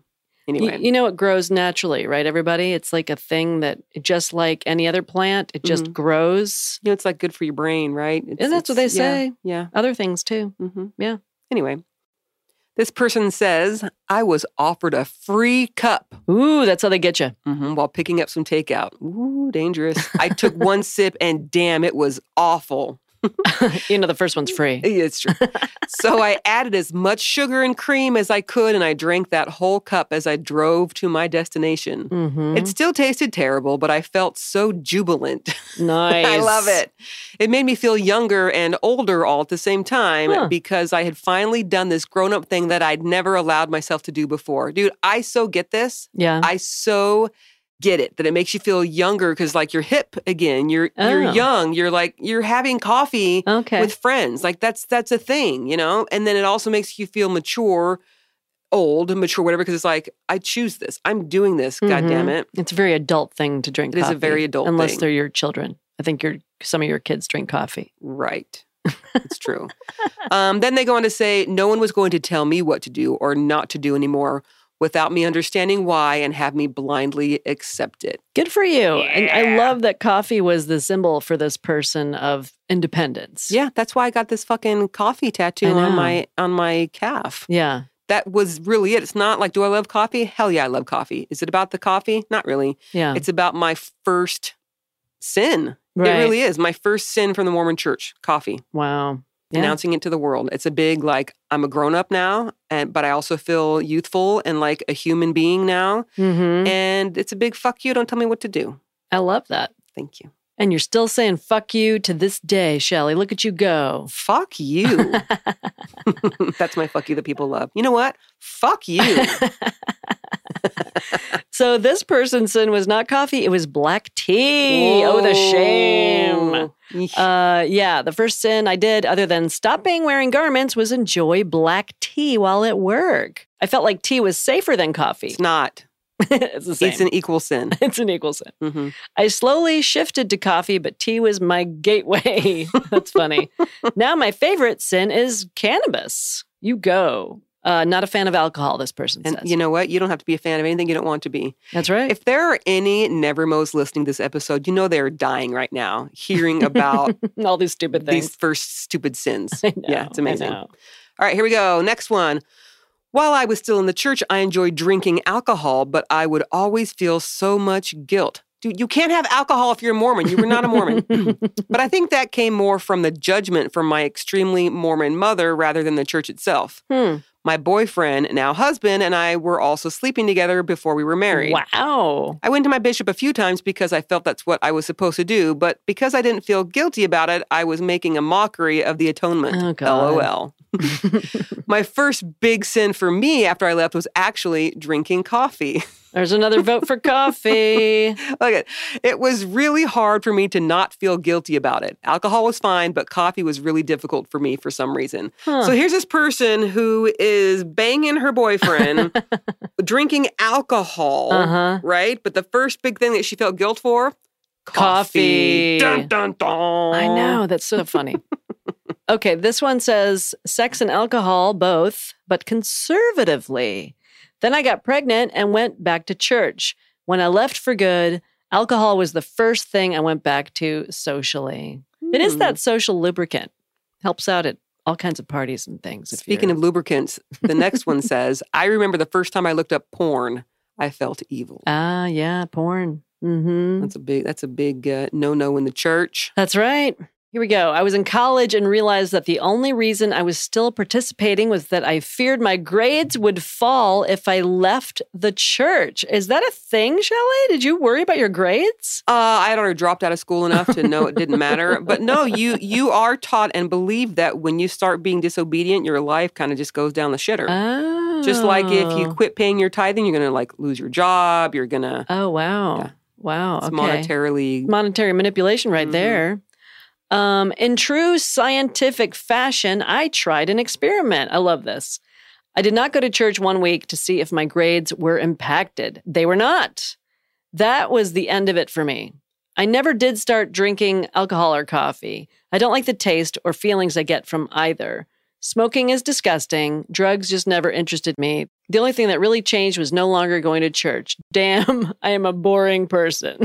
Speaker 2: Anyway,
Speaker 1: You, know, it grows naturally, right? Everybody, it's like a thing that just like any other plant, it just
Speaker 2: Mhm.
Speaker 1: grows.
Speaker 2: you know, it's like good for your brain, right? It's,
Speaker 1: and that's what they
Speaker 2: it's- yeah,
Speaker 1: say.
Speaker 2: Yeah.
Speaker 1: Other things too.
Speaker 2: Mm-hmm.
Speaker 1: Yeah.
Speaker 2: Anyway, this person says, I was offered a free cup
Speaker 1: Ooh, that's how they get you.
Speaker 2: mhm, while picking up some takeout. Ooh, dangerous. I took one sip and damn, it was awful.
Speaker 1: you know, the first one's free.
Speaker 2: It's true. so I added as much sugar and cream as I could and I drank that whole cup as I drove to my destination.
Speaker 1: hmm
Speaker 2: It still tasted terrible, but I felt so jubilant.
Speaker 1: nice.
Speaker 2: I love it. It made me feel younger and older all at the same time
Speaker 1: Huh.
Speaker 2: because I had finally done this grown up thing that I'd never allowed myself to do before. Dude, I so get this.
Speaker 1: Yeah.
Speaker 2: I so get it that it makes you feel younger because like you're hip again. You're
Speaker 1: Oh.
Speaker 2: you're young. You're like you're having coffee
Speaker 1: okay.
Speaker 2: with friends. Like that's that's a thing, you know? And then it also makes you feel mature, old, mature, whatever, because it's like, I choose this. I'm doing this, God damn it.
Speaker 1: it's a very adult thing to drink
Speaker 2: It is a
Speaker 1: coffee,
Speaker 2: very adult
Speaker 1: Unless
Speaker 2: thing.
Speaker 1: they're your children. I think your some of your kids drink coffee.
Speaker 2: Right. It's true. um, then they go on to say, no one was going to tell me what to do or not to do anymore without me understanding why and have me blindly accept it.
Speaker 1: Good for you. And I
Speaker 2: Yeah.
Speaker 1: love that coffee was the symbol for this person of independence.
Speaker 2: Yeah, that's why I got this fucking coffee tattoo
Speaker 1: I
Speaker 2: on
Speaker 1: know.
Speaker 2: my on my calf.
Speaker 1: Yeah.
Speaker 2: That was really it. It's not like, do I love coffee? Hell yeah, I love coffee. Is it about the coffee? Not really.
Speaker 1: Yeah.
Speaker 2: It's about my first sin.
Speaker 1: right.
Speaker 2: It really is. My first sin from the Mormon church, coffee.
Speaker 1: wow. Yeah.
Speaker 2: announcing it to the world. It's a big like I'm a grown up now, and but I also feel youthful and like a human being now.
Speaker 1: hmm
Speaker 2: And it's a big fuck you. Don't tell me what to do.
Speaker 1: I love that.
Speaker 2: Thank you.
Speaker 1: And you're still saying fuck you to this day, Shelly. Look at you go.
Speaker 2: Fuck you. That's my fuck you that people love. You know what? Fuck you.
Speaker 1: so this person's sin was not coffee, it was black tea. Oh, the shame.
Speaker 2: Eesh.
Speaker 1: Uh, yeah, the first sin I did, other than stopping wearing garments, was enjoy black tea while at work. I felt like tea was safer than coffee.
Speaker 2: it's not.
Speaker 1: it's the same.
Speaker 2: It's an equal sin.
Speaker 1: it's an equal sin.
Speaker 2: hmm
Speaker 1: I slowly shifted to coffee, but tea was my gateway. That's funny. now my favorite sin is cannabis. You go. Uh, not a fan of alcohol, this person
Speaker 2: And
Speaker 1: says.
Speaker 2: you know what? You don't have to be a fan of anything you don't want to be.
Speaker 1: That's right.
Speaker 2: If there are any Nevermos listening to this episode, you know they're dying right now hearing about
Speaker 1: All these stupid
Speaker 2: these
Speaker 1: things.
Speaker 2: first stupid sins.
Speaker 1: I know,
Speaker 2: yeah, it's
Speaker 1: I
Speaker 2: amazing.
Speaker 1: know.
Speaker 2: All right, here we go. Next one. While I was still in the church, I enjoyed drinking alcohol, but I would always feel so much guilt. Dude, you can't have alcohol if you're a Mormon. You were not a Mormon. but I think that came more from the judgment from my extremely Mormon mother rather than the church itself.
Speaker 1: Hmm.
Speaker 2: My boyfriend, now husband, and I were also sleeping together before we were married.
Speaker 1: Wow.
Speaker 2: I went to my bishop a few times because I felt that's what I was supposed to do, but because I didn't feel guilty about it, I was making a mockery of the atonement.
Speaker 1: Oh, God.
Speaker 2: LOL. my first big sin for me after I left was actually drinking coffee.
Speaker 1: There's another vote for coffee.
Speaker 2: Look at it was really hard for me to not feel guilty about it. Alcohol was fine, but coffee was really difficult for me for some reason.
Speaker 1: Huh.
Speaker 2: So here's this person who is banging her boyfriend, drinking alcohol
Speaker 1: Uh huh.
Speaker 2: right? But the first big thing that she felt guilt for,
Speaker 1: Coffee.
Speaker 2: Dun, dun, dun.
Speaker 1: I know. That's so funny. okay. This one says sex and alcohol, both, but conservatively. Then I got pregnant and went back to church. When I left for good, alcohol was the first thing I went back to socially. It is
Speaker 2: Hmm.
Speaker 1: that social lubricant, helps out at all kinds of parties and things. if
Speaker 2: Hmm. Speaking
Speaker 1: you're-
Speaker 2: of lubricants, the next one says, I remember the first time I looked up porn, I felt evil.
Speaker 1: Ah, yeah, porn. hmm
Speaker 2: That's a big. That's a big uh, no-no in the church.
Speaker 1: That's right. Here we go. I was in college and realized that the only reason I was still participating was that I feared my grades would fall if I left the church. Is that a thing, Shelley? Did you worry about your grades?
Speaker 2: Uh, I had already dropped out of school enough to know it didn't matter. But no, you you are taught and believe that when you start being disobedient, your life kind of just goes down the shitter.
Speaker 1: Oh.
Speaker 2: Just like if you quit paying your tithing, you're gonna like lose your job. You're gonna
Speaker 1: Oh, wow.
Speaker 2: Yeah.
Speaker 1: Wow.
Speaker 2: it's
Speaker 1: Oh, okay.
Speaker 2: monetarily
Speaker 1: monetary manipulation right
Speaker 2: Mhm.
Speaker 1: there. Um, in true scientific fashion, I tried an experiment. I love this. I did not go to church one week to see if my grades were impacted. They were not. That was the end of it for me. I never did start drinking alcohol or coffee. I don't like the taste or feelings I get from either. Smoking is disgusting. Drugs just never interested me. The only thing that really changed was no longer going to church. Damn, I am a boring person.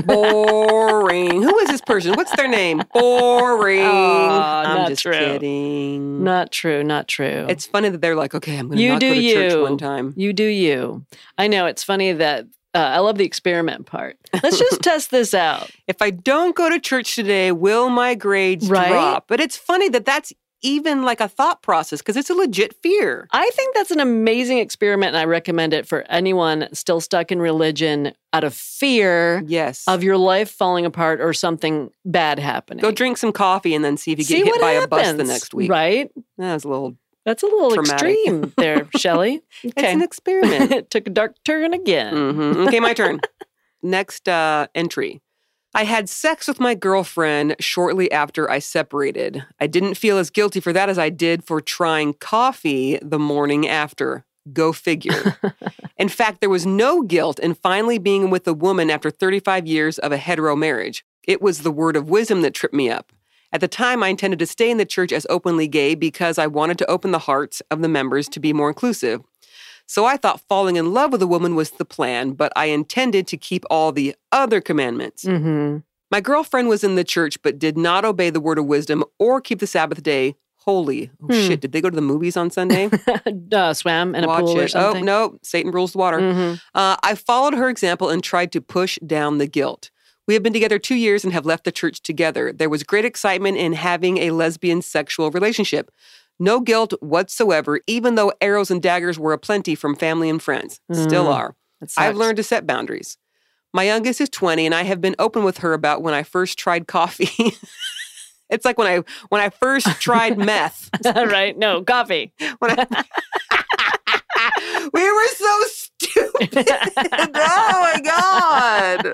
Speaker 2: Boring. Who is this person? What's their name? Boring.
Speaker 1: Aw,
Speaker 2: I'm
Speaker 1: not
Speaker 2: just
Speaker 1: true.
Speaker 2: kidding.
Speaker 1: Not true, not true.
Speaker 2: Mm. It's funny that they're like, okay, I'm going to
Speaker 1: You
Speaker 2: not
Speaker 1: do
Speaker 2: go to church
Speaker 1: you.
Speaker 2: one time.
Speaker 1: You do you. I know it's funny that uh, I love the experiment part. Let's just test this out.
Speaker 2: If I don't go to church today, will my grades
Speaker 1: Right?
Speaker 2: drop? But it's funny that that's even like a thought process because it's a legit fear.
Speaker 1: I think that's an amazing experiment, and I recommend it for anyone still stuck in religion out of fear
Speaker 2: Yes.
Speaker 1: of your life falling apart or something bad happening.
Speaker 2: go drink some coffee and then see if you get
Speaker 1: See
Speaker 2: hit
Speaker 1: what
Speaker 2: by
Speaker 1: happens,
Speaker 2: a bus the next week.
Speaker 1: Right?
Speaker 2: That was a little.
Speaker 1: That's a little
Speaker 2: Traumatic.
Speaker 1: extreme there, Shelley.
Speaker 2: It's an
Speaker 1: Okay.
Speaker 2: experiment.
Speaker 1: it took a dark turn again.
Speaker 2: Mhm. Okay, my turn. Next uh, entry. I had sex with my girlfriend shortly after I separated. I didn't feel as guilty for that as I did for trying coffee the morning after. Go figure. in fact, there was no guilt in finally being with a woman after 35 years of a hetero marriage. It was the word of wisdom that tripped me up. At the time, I intended to stay in the church as openly gay because I wanted to open the hearts of the members to be more inclusive. So I thought falling in love with a woman was the plan, but I intended to keep all the other commandments.
Speaker 1: Mm-hmm.
Speaker 2: My girlfriend was in the church but did not obey the word of wisdom or keep the Sabbath day holy. Oh,
Speaker 1: Hmm.
Speaker 2: Shit, did they go to the movies on Sunday?
Speaker 1: uh, swam in a pool or
Speaker 2: Oh,
Speaker 1: something.
Speaker 2: no, Satan rules the water.
Speaker 1: Mhm.
Speaker 2: Uh, I followed her example and tried to push down the guilt. We have been together two years and have left the church together. There was great excitement in having a lesbian sexual relationship. No guilt whatsoever, even though arrows and daggers were aplenty from family and friends. Still
Speaker 1: Mm,
Speaker 2: are.
Speaker 1: That sucks.
Speaker 2: I've learned to set boundaries. My youngest is 20 and I have been open with her about when I first tried coffee. it's like when I when I first tried meth.
Speaker 1: right? No, coffee.
Speaker 2: When I- we were so stupid. oh my god.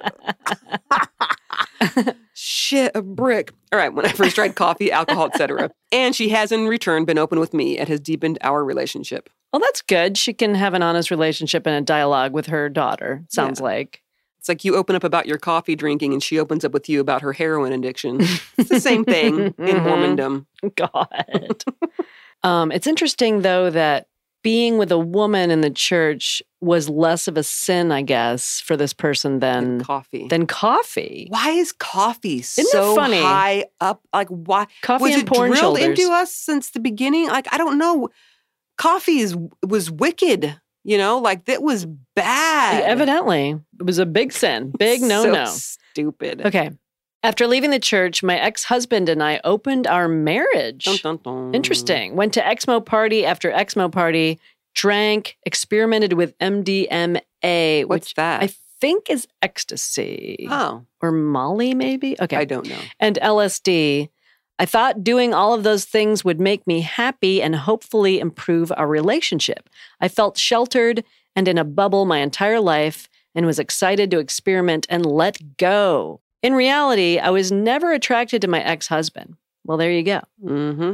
Speaker 2: Shit, a brick. All right, when I first tried coffee, alcohol, etc. And she has in return been open with me and has deepened our relationship.
Speaker 1: Well, that's good. She can have an honest relationship and a dialogue with her daughter, sounds like.
Speaker 2: It's like you open up about your coffee drinking and she opens up with you about her heroin addiction. It's the same thing in
Speaker 1: Mhm.
Speaker 2: Mormondom.
Speaker 1: God. um, it's interesting, though, that being with a woman in the church was less of a sin, I guess, for this person
Speaker 2: and
Speaker 1: than,
Speaker 2: coffee.
Speaker 1: than coffee.
Speaker 2: why is coffee
Speaker 1: it
Speaker 2: so
Speaker 1: funny?
Speaker 2: high up? Like why
Speaker 1: Coffee
Speaker 2: was
Speaker 1: and
Speaker 2: it
Speaker 1: porn
Speaker 2: drilled
Speaker 1: shoulders.
Speaker 2: into us since the beginning? Like I don't know. Coffee is was wicked, you know, like that was bad.
Speaker 1: Evidently, it was a big sin, big
Speaker 2: So
Speaker 1: no no.
Speaker 2: Stupid.
Speaker 1: Okay. After leaving the church, my ex husband and I opened our marriage.
Speaker 2: Dun, dun, dun.
Speaker 1: Interesting. Went to Exmo party after Exmo party, drank, experimented with MDMA,
Speaker 2: What's
Speaker 1: which
Speaker 2: that?
Speaker 1: I think is ecstasy
Speaker 2: oh,
Speaker 1: or Molly, maybe. Okay.
Speaker 2: I don't know.
Speaker 1: and LSD. I thought doing all of those things would make me happy and hopefully improve our relationship. I felt sheltered and in a bubble my entire life and was excited to experiment and let go. In reality, I was never attracted to my ex husband. Well, there you go.
Speaker 2: hmm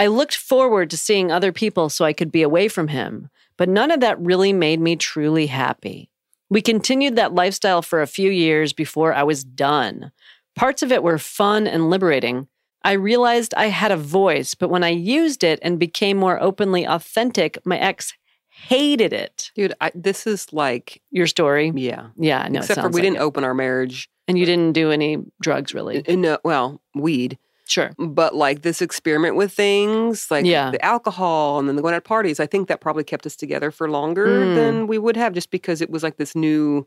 Speaker 1: I looked forward to seeing other people so I could be away from him, but none of that really made me truly happy. We continued that lifestyle for a few years before I was done. Parts of it were fun and liberating. I realized I had a voice, but when I used it and became more openly authentic, my ex hated it.
Speaker 2: Dude, I, this is like,
Speaker 1: Your story?
Speaker 2: yeah.
Speaker 1: Yeah, I know. it
Speaker 2: Except for
Speaker 1: sounds
Speaker 2: we
Speaker 1: like
Speaker 2: didn't
Speaker 1: it.
Speaker 2: open our marriage.
Speaker 1: And you didn't do any drugs, really.
Speaker 2: Uh, No, well, weed.
Speaker 1: Sure.
Speaker 2: but like this experiment with things like
Speaker 1: Yeah.
Speaker 2: the alcohol and then the going out parties i think that probably kept us together for longer
Speaker 1: Mm.
Speaker 2: than we would have just because it was like this new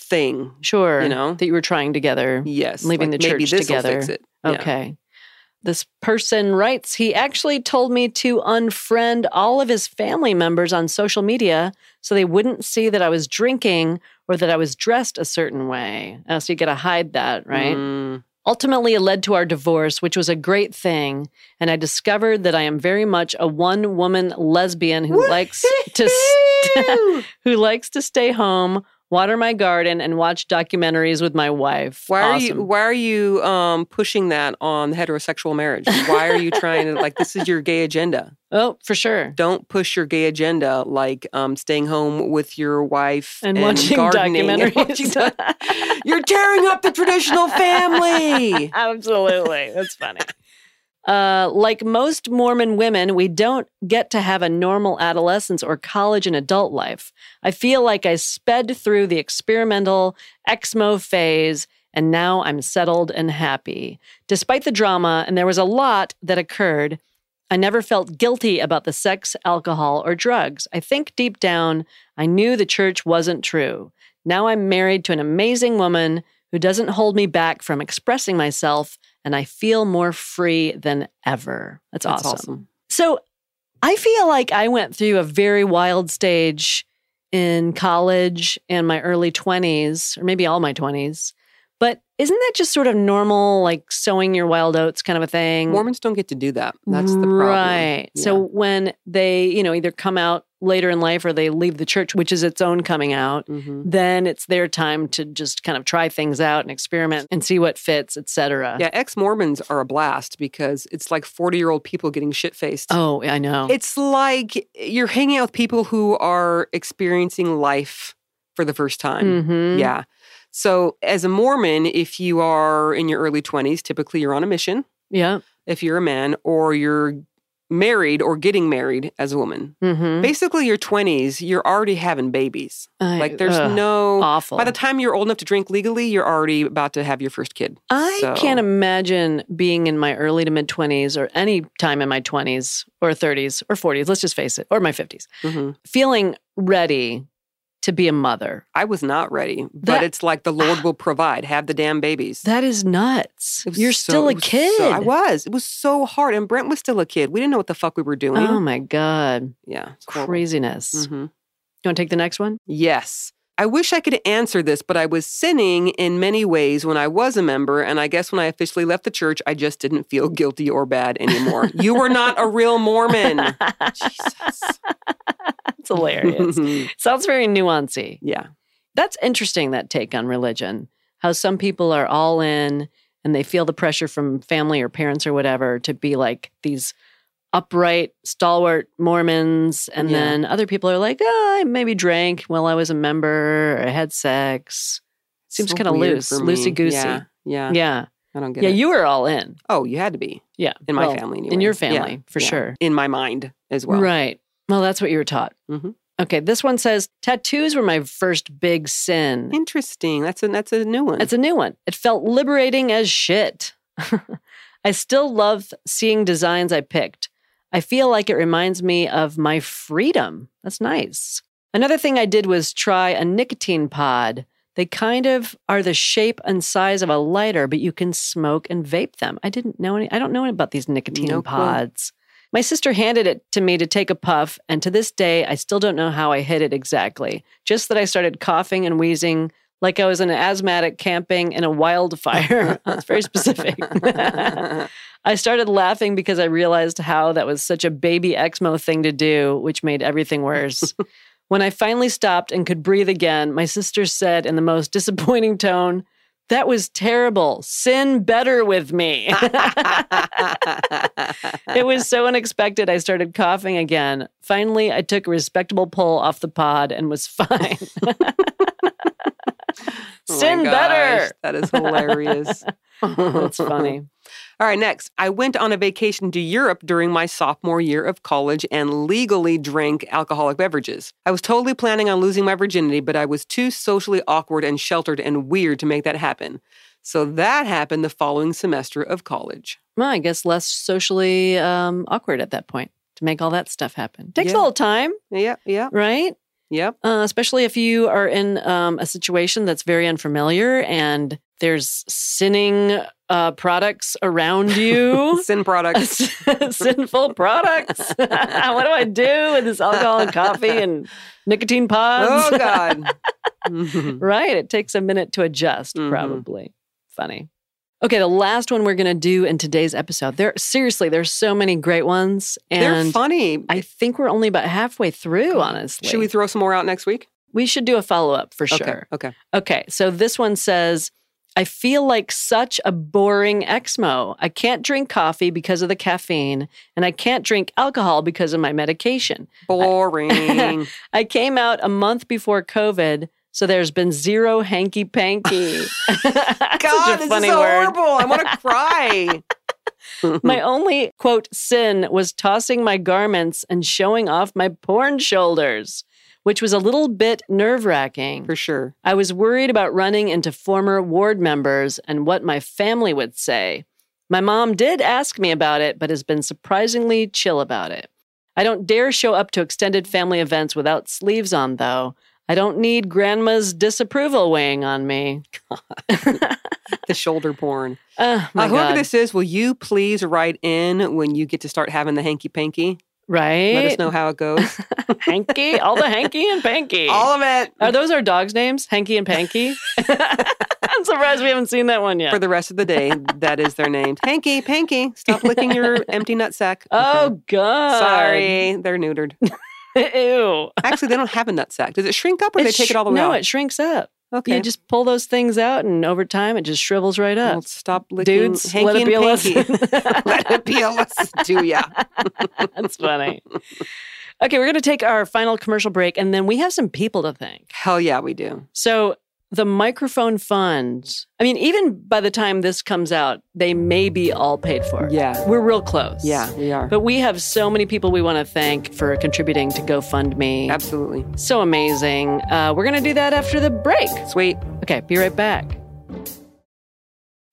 Speaker 2: thing
Speaker 1: Sure.
Speaker 2: you know
Speaker 1: That you were trying together.
Speaker 2: yes
Speaker 1: leaving
Speaker 2: like,
Speaker 1: the
Speaker 2: maybe
Speaker 1: church
Speaker 2: this will
Speaker 1: together.
Speaker 2: fix it Yeah.
Speaker 1: Okay. This person writes, he actually told me to unfriend all of his family members on social media so they wouldn't see that I was drinking or that I was dressed a certain way. Uh, so you got to hide that, right?
Speaker 2: Mm.
Speaker 1: Ultimately, it led to our divorce, which was a great thing. And I discovered that I am very much a one woman lesbian who likes to.
Speaker 2: Woo!
Speaker 1: who likes to stay home, water my garden, and watch documentaries with my wife.
Speaker 2: why are
Speaker 1: Awesome.
Speaker 2: you why are you um pushing that on heterosexual marriage why are you trying to like this is your gay agenda
Speaker 1: Oh, for sure.
Speaker 2: don't push your gay agenda like um staying home with your wife
Speaker 1: And, watching
Speaker 2: gardening and watching
Speaker 1: documentaries.
Speaker 2: You're tearing up the traditional family.
Speaker 1: Absolutely. That's funny. Uh, like most Mormon women, we don't get to have a normal adolescence or college and adult life. I feel like I sped through the experimental exmo phase and now I'm settled and happy. Despite the drama, and there was a lot that occurred, I never felt guilty about the sex, alcohol, or drugs. I think deep down, I knew the church wasn't true. Now I'm married to an amazing woman who doesn't hold me back from expressing myself, and I feel more free than ever. That's,
Speaker 2: That's
Speaker 1: awesome. So I feel like I went through a very wild stage in college and my early 20s, or maybe all my 20s. But isn't that just sort of normal, like sowing your wild oats kind of a thing?
Speaker 2: Mormons don't get to do that. That's the problem.
Speaker 1: Right. So
Speaker 2: Yeah.
Speaker 1: when they, you know, either come out later in life or they leave the church, which is its own coming out,
Speaker 2: Mhm.
Speaker 1: then it's their time to just kind of try things out and experiment and see what fits, et cetera.
Speaker 2: Yeah, ex Mormons are a blast because it's like 40 year old people getting shit faced.
Speaker 1: Oh, I know.
Speaker 2: It's like you're hanging out with people who are experiencing life for the first time.
Speaker 1: Mhm.
Speaker 2: Yeah. So, as a Mormon, if you are in your early 20s, typically you're on a mission
Speaker 1: Yeah.
Speaker 2: if you're a man, or you're married or getting married as a woman.
Speaker 1: hmm
Speaker 2: Basically, your 20s, you're already having babies. Like, there's no.
Speaker 1: awful.
Speaker 2: By the time you're old enough to drink legally, you're already about to have your first kid.
Speaker 1: I
Speaker 2: So-
Speaker 1: can't imagine being in my early to mid 20s or any time in my 20s or 30s or 40s, let's just face it, or my 50s,
Speaker 2: Mhm.
Speaker 1: feeling ready to be a mother.
Speaker 2: I was not ready, but
Speaker 1: That-
Speaker 2: it's like the Lord will provide. Have the damn babies.
Speaker 1: That is nuts.
Speaker 2: It was
Speaker 1: You're
Speaker 2: so-
Speaker 1: still a
Speaker 2: it was so-
Speaker 1: kid.
Speaker 2: I was. It was so hard. And Brent was still a kid. We didn't know what the fuck we were doing.
Speaker 1: Oh my God.
Speaker 2: yeah. it's horrible.
Speaker 1: Craziness.
Speaker 2: Mhm.
Speaker 1: You want to take the next one?
Speaker 2: Yes. I wish I could answer this, but I was sinning in many ways when I was a member. And I guess when I officially left the church, I just didn't feel guilty or bad anymore. you were not a real Mormon. Jesus.
Speaker 1: That's hilarious.
Speaker 2: Mm-hmm.
Speaker 1: Sounds very nuancy.
Speaker 2: yeah.
Speaker 1: That's interesting, that take on religion. How some people are all in and they feel the pressure from family or parents or whatever to be like these upright, stalwart Mormons. And
Speaker 2: Yeah.
Speaker 1: then other people are like, oh, I maybe drank while I was a member or I had sex. Seems
Speaker 2: So
Speaker 1: kinda
Speaker 2: weird
Speaker 1: loose,
Speaker 2: for me.
Speaker 1: loosey-goosey.
Speaker 2: Yeah.
Speaker 1: Yeah.
Speaker 2: Yeah.
Speaker 1: Yeah,
Speaker 2: I don't get it.
Speaker 1: you were all in.
Speaker 2: oh, you had to be
Speaker 1: Yeah.
Speaker 2: in my
Speaker 1: Well,
Speaker 2: family. Anyway.
Speaker 1: In your
Speaker 2: Yeah,
Speaker 1: family, for
Speaker 2: yeah.
Speaker 1: sure.
Speaker 2: In my mind as well.
Speaker 1: Right. Well, that's what you were taught.
Speaker 2: Mhm.
Speaker 1: Okay. This one says tattoos were my first big sin.
Speaker 2: Interesting. That's a that's a new one.
Speaker 1: It's a new one. It felt liberating as shit. I still love seeing designs I picked. I feel like it reminds me of my freedom. That's nice. Another thing I did was try a nicotine pod. They kind of are the shape and size of a lighter, but you can smoke and vape them. I didn't know any, I don't know about these nicotine
Speaker 2: No clue.
Speaker 1: pods. My sister handed it to me to take a puff, and to this day, I still don't know how I hit it exactly. Just that I started coughing and wheezing like I was an asthmatic camping in a wildfire. That's very specific. I started laughing because I realized how that was such a baby Exmo thing to do, which made everything worse. when I finally stopped and could breathe again, my sister said in the most disappointing tone, That was terrible. Sin better with me. it was so unexpected. I started coughing again. Finally, I took a respectable pull off the pod and was fine.
Speaker 2: Oh my
Speaker 1: Sin
Speaker 2: gosh,
Speaker 1: better.
Speaker 2: That is hilarious.
Speaker 1: That's funny.
Speaker 2: All right, next. I went on a vacation to Europe during my sophomore year of college and legally drank alcoholic beverages. I was totally planning on losing my virginity, but I was too socially awkward and sheltered and weird to make that happen. So that happened the following semester of college.
Speaker 1: well, I guess less socially um, awkward at that point to make all that stuff happen. Takes
Speaker 2: Yeah.
Speaker 1: a little time,
Speaker 2: Yep, yep,
Speaker 1: right?
Speaker 2: yep.
Speaker 1: Uh, especially if you are in um, a situation that's very unfamiliar and there's sinning uh, products around you.
Speaker 2: Sin products.
Speaker 1: Sinful products. what do I do with this alcohol and coffee and nicotine pods?
Speaker 2: oh, God. Mhm.
Speaker 1: right. It takes a minute to adjust,
Speaker 2: Mhm.
Speaker 1: probably. Funny. Okay, the last one we're gonna do in today's episode. There seriously, there's so many great ones.
Speaker 2: They're
Speaker 1: And
Speaker 2: funny.
Speaker 1: I think we're only about halfway through, honestly.
Speaker 2: Should we throw some more out next week?
Speaker 1: we should do a follow-up for
Speaker 2: Okay,
Speaker 1: sure.
Speaker 2: Okay.
Speaker 1: Okay, so this one says, I feel like such a boring exmo. I can't drink coffee because of the caffeine, and I can't drink alcohol because of my medication.
Speaker 2: Boring.
Speaker 1: I came out a month before COVID, so there's been zero hanky panky.
Speaker 2: God, this is so horrible. I want to cry.
Speaker 1: My only quote sin was tossing my garments and showing off my porn shoulders, which was a little bit nerve wracking.
Speaker 2: For sure.
Speaker 1: I was worried about running into former ward members and what my family would say. My mom did ask me about it, but has been surprisingly chill about it. I don't dare show up to extended family events without sleeves on, though. I don't need grandma's disapproval weighing on me.
Speaker 2: The shoulder porn.
Speaker 1: Oh, my
Speaker 2: uh, whoever
Speaker 1: God.
Speaker 2: this is, will you please write in when you get to start having the hanky panky?
Speaker 1: right?
Speaker 2: Let us know how it goes.
Speaker 1: Hanky, all the hanky and panky.
Speaker 2: All of it
Speaker 1: Are those our dogs' names? Hanky and Panky? I'm surprised we haven't seen that one yet.
Speaker 2: for the rest of the day. That is their name. Hanky panky. Stop licking your empty nut sack. Okay.
Speaker 1: Oh God!
Speaker 2: sorry, they're neutered.
Speaker 1: Ew.
Speaker 2: Actually, they don't have a nut sack. Does it shrink up or they
Speaker 1: It
Speaker 2: take
Speaker 1: sh-
Speaker 2: it all the way
Speaker 1: No,
Speaker 2: off?
Speaker 1: it shrinks up.
Speaker 2: okay.
Speaker 1: You just pull those things out, and over time, it just shrivels right
Speaker 2: Well,
Speaker 1: up.
Speaker 2: stop licking
Speaker 1: Dudes,
Speaker 2: hanky
Speaker 1: let it
Speaker 2: and
Speaker 1: be a
Speaker 2: panky.
Speaker 1: lesson.
Speaker 2: let it be a lesson to ya.
Speaker 1: That's funny. Okay, we're going to take our final commercial break, and then we have some people to thank.
Speaker 2: Hell yeah, we do.
Speaker 1: So the microphone fund. I mean, even by the time this comes out, they may be all paid for.
Speaker 2: Yeah.
Speaker 1: We're real close.
Speaker 2: Yeah, we are.
Speaker 1: But we have so many people we want to thank for contributing to GoFundMe.
Speaker 2: Absolutely.
Speaker 1: So amazing. Uh, we're going to do that after the break.
Speaker 2: Sweet.
Speaker 1: Okay, be right back.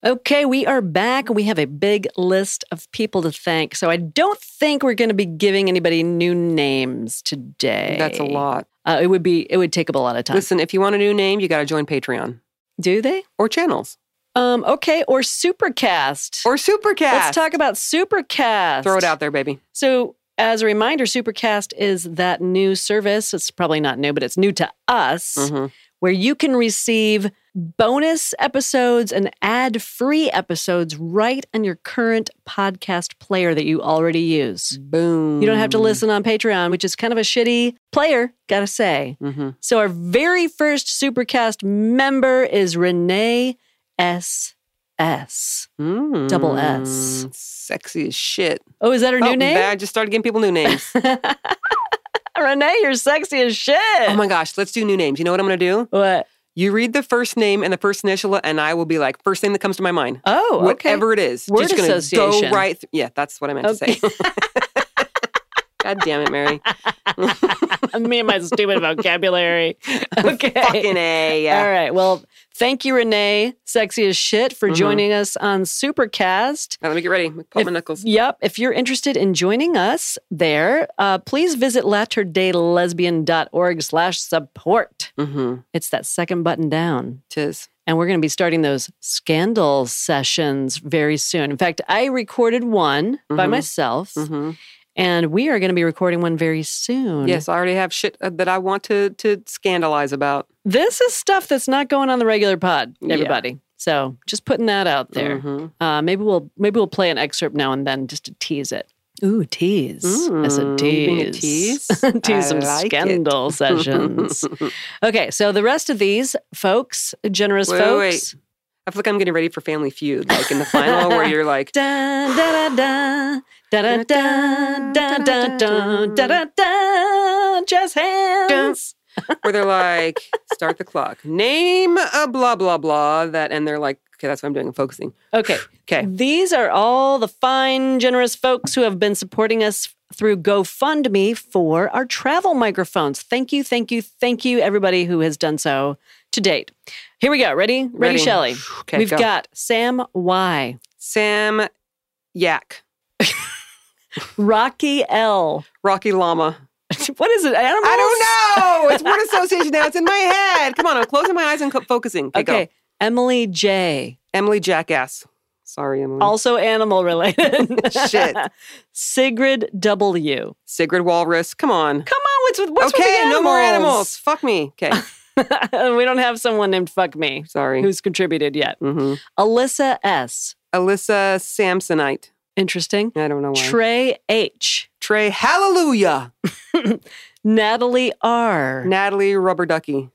Speaker 1: Okay, we are back. We have a big list of people to thank. So I don't think we're going to be giving anybody new names today.
Speaker 2: That's a lot.
Speaker 1: Uh, it would be. It would take up a lot of time.
Speaker 2: Listen, if you want a new name, you got to join Patreon
Speaker 1: Do they?
Speaker 2: or channels
Speaker 1: Um, okay, or Supercast.
Speaker 2: or Supercast.
Speaker 1: Let's talk about Supercast.
Speaker 2: Throw it out there, baby.
Speaker 1: So, as a reminder, Supercast is that new service. It's probably not new, but it's new to us,
Speaker 2: Mhm.
Speaker 1: where you can receive bonus episodes and ad free episodes right on your current podcast player that you already use.
Speaker 2: Boom.
Speaker 1: You don't have to listen on Patreon, which is kind of a shitty player, gotta say.
Speaker 2: hmm
Speaker 1: So our very first Supercast member is Renee S. S. Double S.
Speaker 2: Mm-hmm. Mm. Sexy as shit.
Speaker 1: Oh, is that her
Speaker 2: Oh,
Speaker 1: new name?
Speaker 2: I just started giving people new names.
Speaker 1: Renee, you're sexy as shit.
Speaker 2: oh my gosh, let's do new names. You know what I'm going to do?
Speaker 1: what?
Speaker 2: You read the first name and the first initial, and I will be like, first thing that comes to my mind.
Speaker 1: Oh, okay.
Speaker 2: Whatever it is.
Speaker 1: Word
Speaker 2: just gonna
Speaker 1: association.
Speaker 2: Go right. Th- yeah, that's what I meant
Speaker 1: Okay.
Speaker 2: to say. God damn it, Mary.
Speaker 1: Me and my stupid vocabulary. Okay.
Speaker 2: Fucking A. Yeah.
Speaker 1: All right. Well, thank you, Renee, sexy as shit, for
Speaker 2: Mhm.
Speaker 1: joining us on Supercast.
Speaker 2: All right, let me get ready. Let me Pop
Speaker 1: If-
Speaker 2: my knuckles.
Speaker 1: Yep. If you're interested in joining us there, uh, please visit latterdaylesbian.org slash support.
Speaker 2: Mm-hmm.
Speaker 1: It's that second button down.
Speaker 2: Tis.
Speaker 1: And we're going to be starting those scandal sessions very soon. In fact, I recorded one by
Speaker 2: Mhm.
Speaker 1: myself,
Speaker 2: Mm-hmm.
Speaker 1: and we are going to be recording one very soon.
Speaker 2: Yes, I already have shit uh, that I want to to scandalize about.
Speaker 1: This is stuff that's not going on the regular pod,
Speaker 2: Yeah.
Speaker 1: everybody. So just putting that out there.
Speaker 2: Mhm.
Speaker 1: Uh, maybe we'll maybe we'll play an excerpt now and then just to tease it. Ooh, tease. I said
Speaker 2: Mm, you being a
Speaker 1: tease.
Speaker 2: tease? I
Speaker 1: some
Speaker 2: like it.
Speaker 1: scandal sessions. Okay, so the rest of these folks, generous
Speaker 2: Wait,
Speaker 1: folks.
Speaker 2: wait, wait. I feel like I'm getting ready for Family Feud, like in the final where you're like,
Speaker 1: Da da da da da da da da da da da da jazz hands.
Speaker 2: where they're like, start the clock, name a blah blah blah that, and they're like, okay, that's what I'm doing, I'm focusing.
Speaker 1: Okay.
Speaker 2: Okay,
Speaker 1: These are all the fine, generous folks who have been supporting us through GoFundMe for our travel microphones. Thank you, thank you, thank you, everybody who has done so to date. Here we go. Ready? Ready,
Speaker 2: Ready.
Speaker 1: Shelley.
Speaker 2: okay,
Speaker 1: We've
Speaker 2: go.
Speaker 1: got Sam Y,
Speaker 2: Sam Yak,
Speaker 1: Rocky L.
Speaker 2: Rocky Llama.
Speaker 1: what is it? Animals?
Speaker 2: I don't know. It's word association now. It's in my head. Come on, I'm closing my eyes and co- focusing. Okay,
Speaker 1: Okay.
Speaker 2: go.
Speaker 1: Emily J.
Speaker 2: Emily Jackass. Sorry, Emily.
Speaker 1: Also animal related.
Speaker 2: Shit.
Speaker 1: Sigrid W.
Speaker 2: Sigrid Walrus. Come on.
Speaker 1: Come on, what's with what's with
Speaker 2: okay,
Speaker 1: the
Speaker 2: no more animals. Fuck me. Okay,
Speaker 1: we don't have someone named Fuck Me
Speaker 2: sorry.
Speaker 1: who's contributed yet.
Speaker 2: hmm
Speaker 1: Alyssa S.
Speaker 2: Alyssa Samsonite.
Speaker 1: Interesting.
Speaker 2: I don't know why.
Speaker 1: Trey H.
Speaker 2: Trey Hallelujah.
Speaker 1: Natalie R.
Speaker 2: Natalie Rubber Ducky.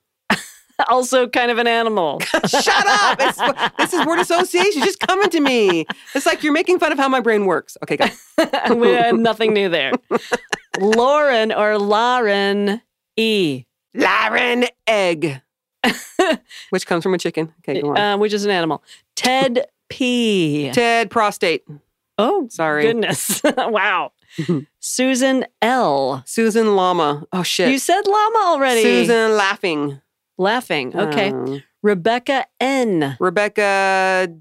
Speaker 1: also kind of an animal.
Speaker 2: Shut up. It's, this is word association. Just coming to me. It's like you're making fun of how my brain works. Okay, go.
Speaker 1: we had nothing new there. Lauren or Lauren E.
Speaker 2: Lauren Egg, which comes
Speaker 1: Um,
Speaker 2: from a chicken. Okay, go on.
Speaker 1: Uh, which is an animal. Ted P.
Speaker 2: Ted Prostate.
Speaker 1: Oh,
Speaker 2: Sorry.
Speaker 1: goodness. wow. Susan L.
Speaker 2: Susan Llama. Oh, shit.
Speaker 1: You said llama already.
Speaker 2: Susan Laughing.
Speaker 1: Laughing. Okay.
Speaker 2: Um,
Speaker 1: Rebecca N.
Speaker 2: Rebecca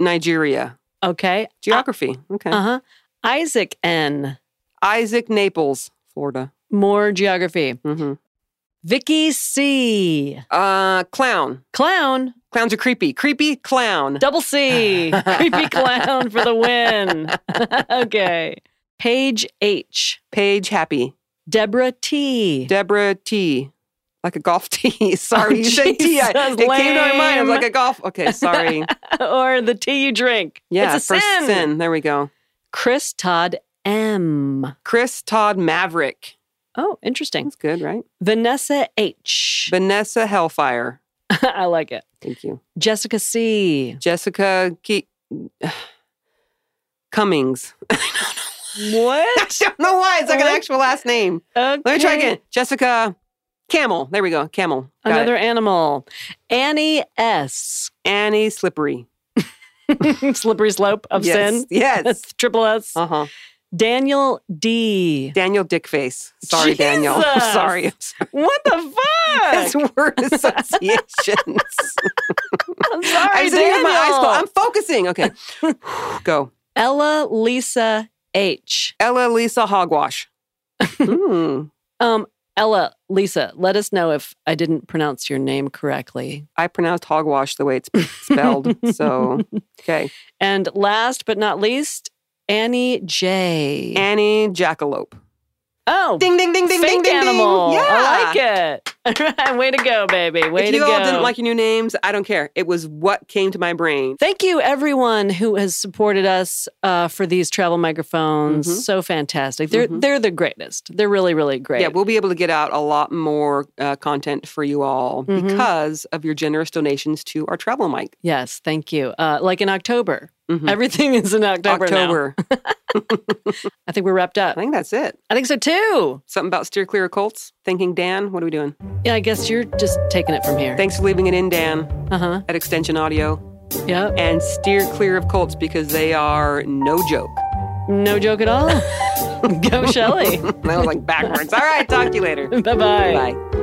Speaker 2: Nigeria.
Speaker 1: Okay.
Speaker 2: Geography. okay.
Speaker 1: Uh huh. Isaac N.
Speaker 2: Isaac Naples, Florida.
Speaker 1: More geography.
Speaker 2: hmm
Speaker 1: Vicky C.
Speaker 2: Uh, clown.
Speaker 1: Clown.
Speaker 2: Clowns are creepy. Creepy clown.
Speaker 1: Double C. Creepy clown for the win. okay. Paige H.
Speaker 2: Paige Happy.
Speaker 1: Deborah T.
Speaker 2: Deborah T. Like a golf tee. sorry, you said T. I, it
Speaker 1: Oh, Jesus,
Speaker 2: came to my mind. I was
Speaker 1: lame.
Speaker 2: like a golf. Okay, sorry.
Speaker 1: or the tea you drink.
Speaker 2: Yeah,
Speaker 1: It's a
Speaker 2: first
Speaker 1: sin.
Speaker 2: There we go.
Speaker 1: Chris Todd M.
Speaker 2: Chris Todd Maverick.
Speaker 1: Oh, interesting.
Speaker 2: That's good, right?
Speaker 1: Vanessa H. I
Speaker 2: Vanessa Hellfire.
Speaker 1: like it.
Speaker 2: Thank you.
Speaker 1: Jessica C.
Speaker 2: Jessica Ke- Cummings. I
Speaker 1: What?
Speaker 2: don't know why. It's like an
Speaker 1: What?
Speaker 2: actual last name.
Speaker 1: Okay.
Speaker 2: Let me try again. Jessica Camel. There we go. Camel. Got it.
Speaker 1: Another animal. Annie S.
Speaker 2: Annie Slippery.
Speaker 1: Slippery slope of
Speaker 2: yes.
Speaker 1: sin.
Speaker 2: Yes.
Speaker 1: That's triple S.
Speaker 2: Uh huh.
Speaker 1: Daniel D.
Speaker 2: Daniel Dickface. Sorry, Daniel. I'm
Speaker 1: Jesus.
Speaker 2: sorry.
Speaker 1: What the fuck?
Speaker 2: That's word associations.
Speaker 1: I'm sorry,
Speaker 2: I'm sitting with my eyes closed. I'm focusing. Okay. go.
Speaker 1: Ella Lisa H.
Speaker 2: Ella Lisa Hogwash. Hmm.
Speaker 1: Um, Ella Lisa, let us know if I didn't pronounce your name correctly.
Speaker 2: I pronounced hogwash the way it's spelled. so, okay.
Speaker 1: And last but not least, Annie J.
Speaker 2: Annie Jackalope.
Speaker 1: oh,
Speaker 2: Ding, ding, ding, ding,
Speaker 1: fake
Speaker 2: ding, ding,
Speaker 1: animal.
Speaker 2: ding. Yeah.
Speaker 1: I like it. All right, way to go, baby. Way
Speaker 2: if
Speaker 1: to
Speaker 2: you
Speaker 1: go.
Speaker 2: all didn't like your new names, I don't care. It was what came to my brain.
Speaker 1: Thank you, everyone who has supported us uh, for these travel microphones.
Speaker 2: Mhm.
Speaker 1: So fantastic! They're
Speaker 2: Mhm.
Speaker 1: they're the greatest. They're really really great.
Speaker 2: Yeah, we'll be able to get out a lot more uh, content for you all
Speaker 1: Mhm.
Speaker 2: because of your generous donations to our travel mic.
Speaker 1: yes, thank you. Uh, like in October,
Speaker 2: Mhm.
Speaker 1: everything is in October. now.
Speaker 2: October.
Speaker 1: I think we're wrapped up.
Speaker 2: I think that's it.
Speaker 1: I think so too.
Speaker 2: Something about steer clear of Colts. Thinking, Dan, what are we doing?
Speaker 1: Yeah, I guess you're just taking it from here.
Speaker 2: Thanks for leaving it in, Dan,
Speaker 1: Uh huh.
Speaker 2: at Extension Audio.
Speaker 1: Yep.
Speaker 2: And steer clear of Colts because they are no joke.
Speaker 1: No joke at all. go, Shelly.
Speaker 2: That was like backwards. All right, talk to you later.
Speaker 1: Bye-bye.
Speaker 2: Bye.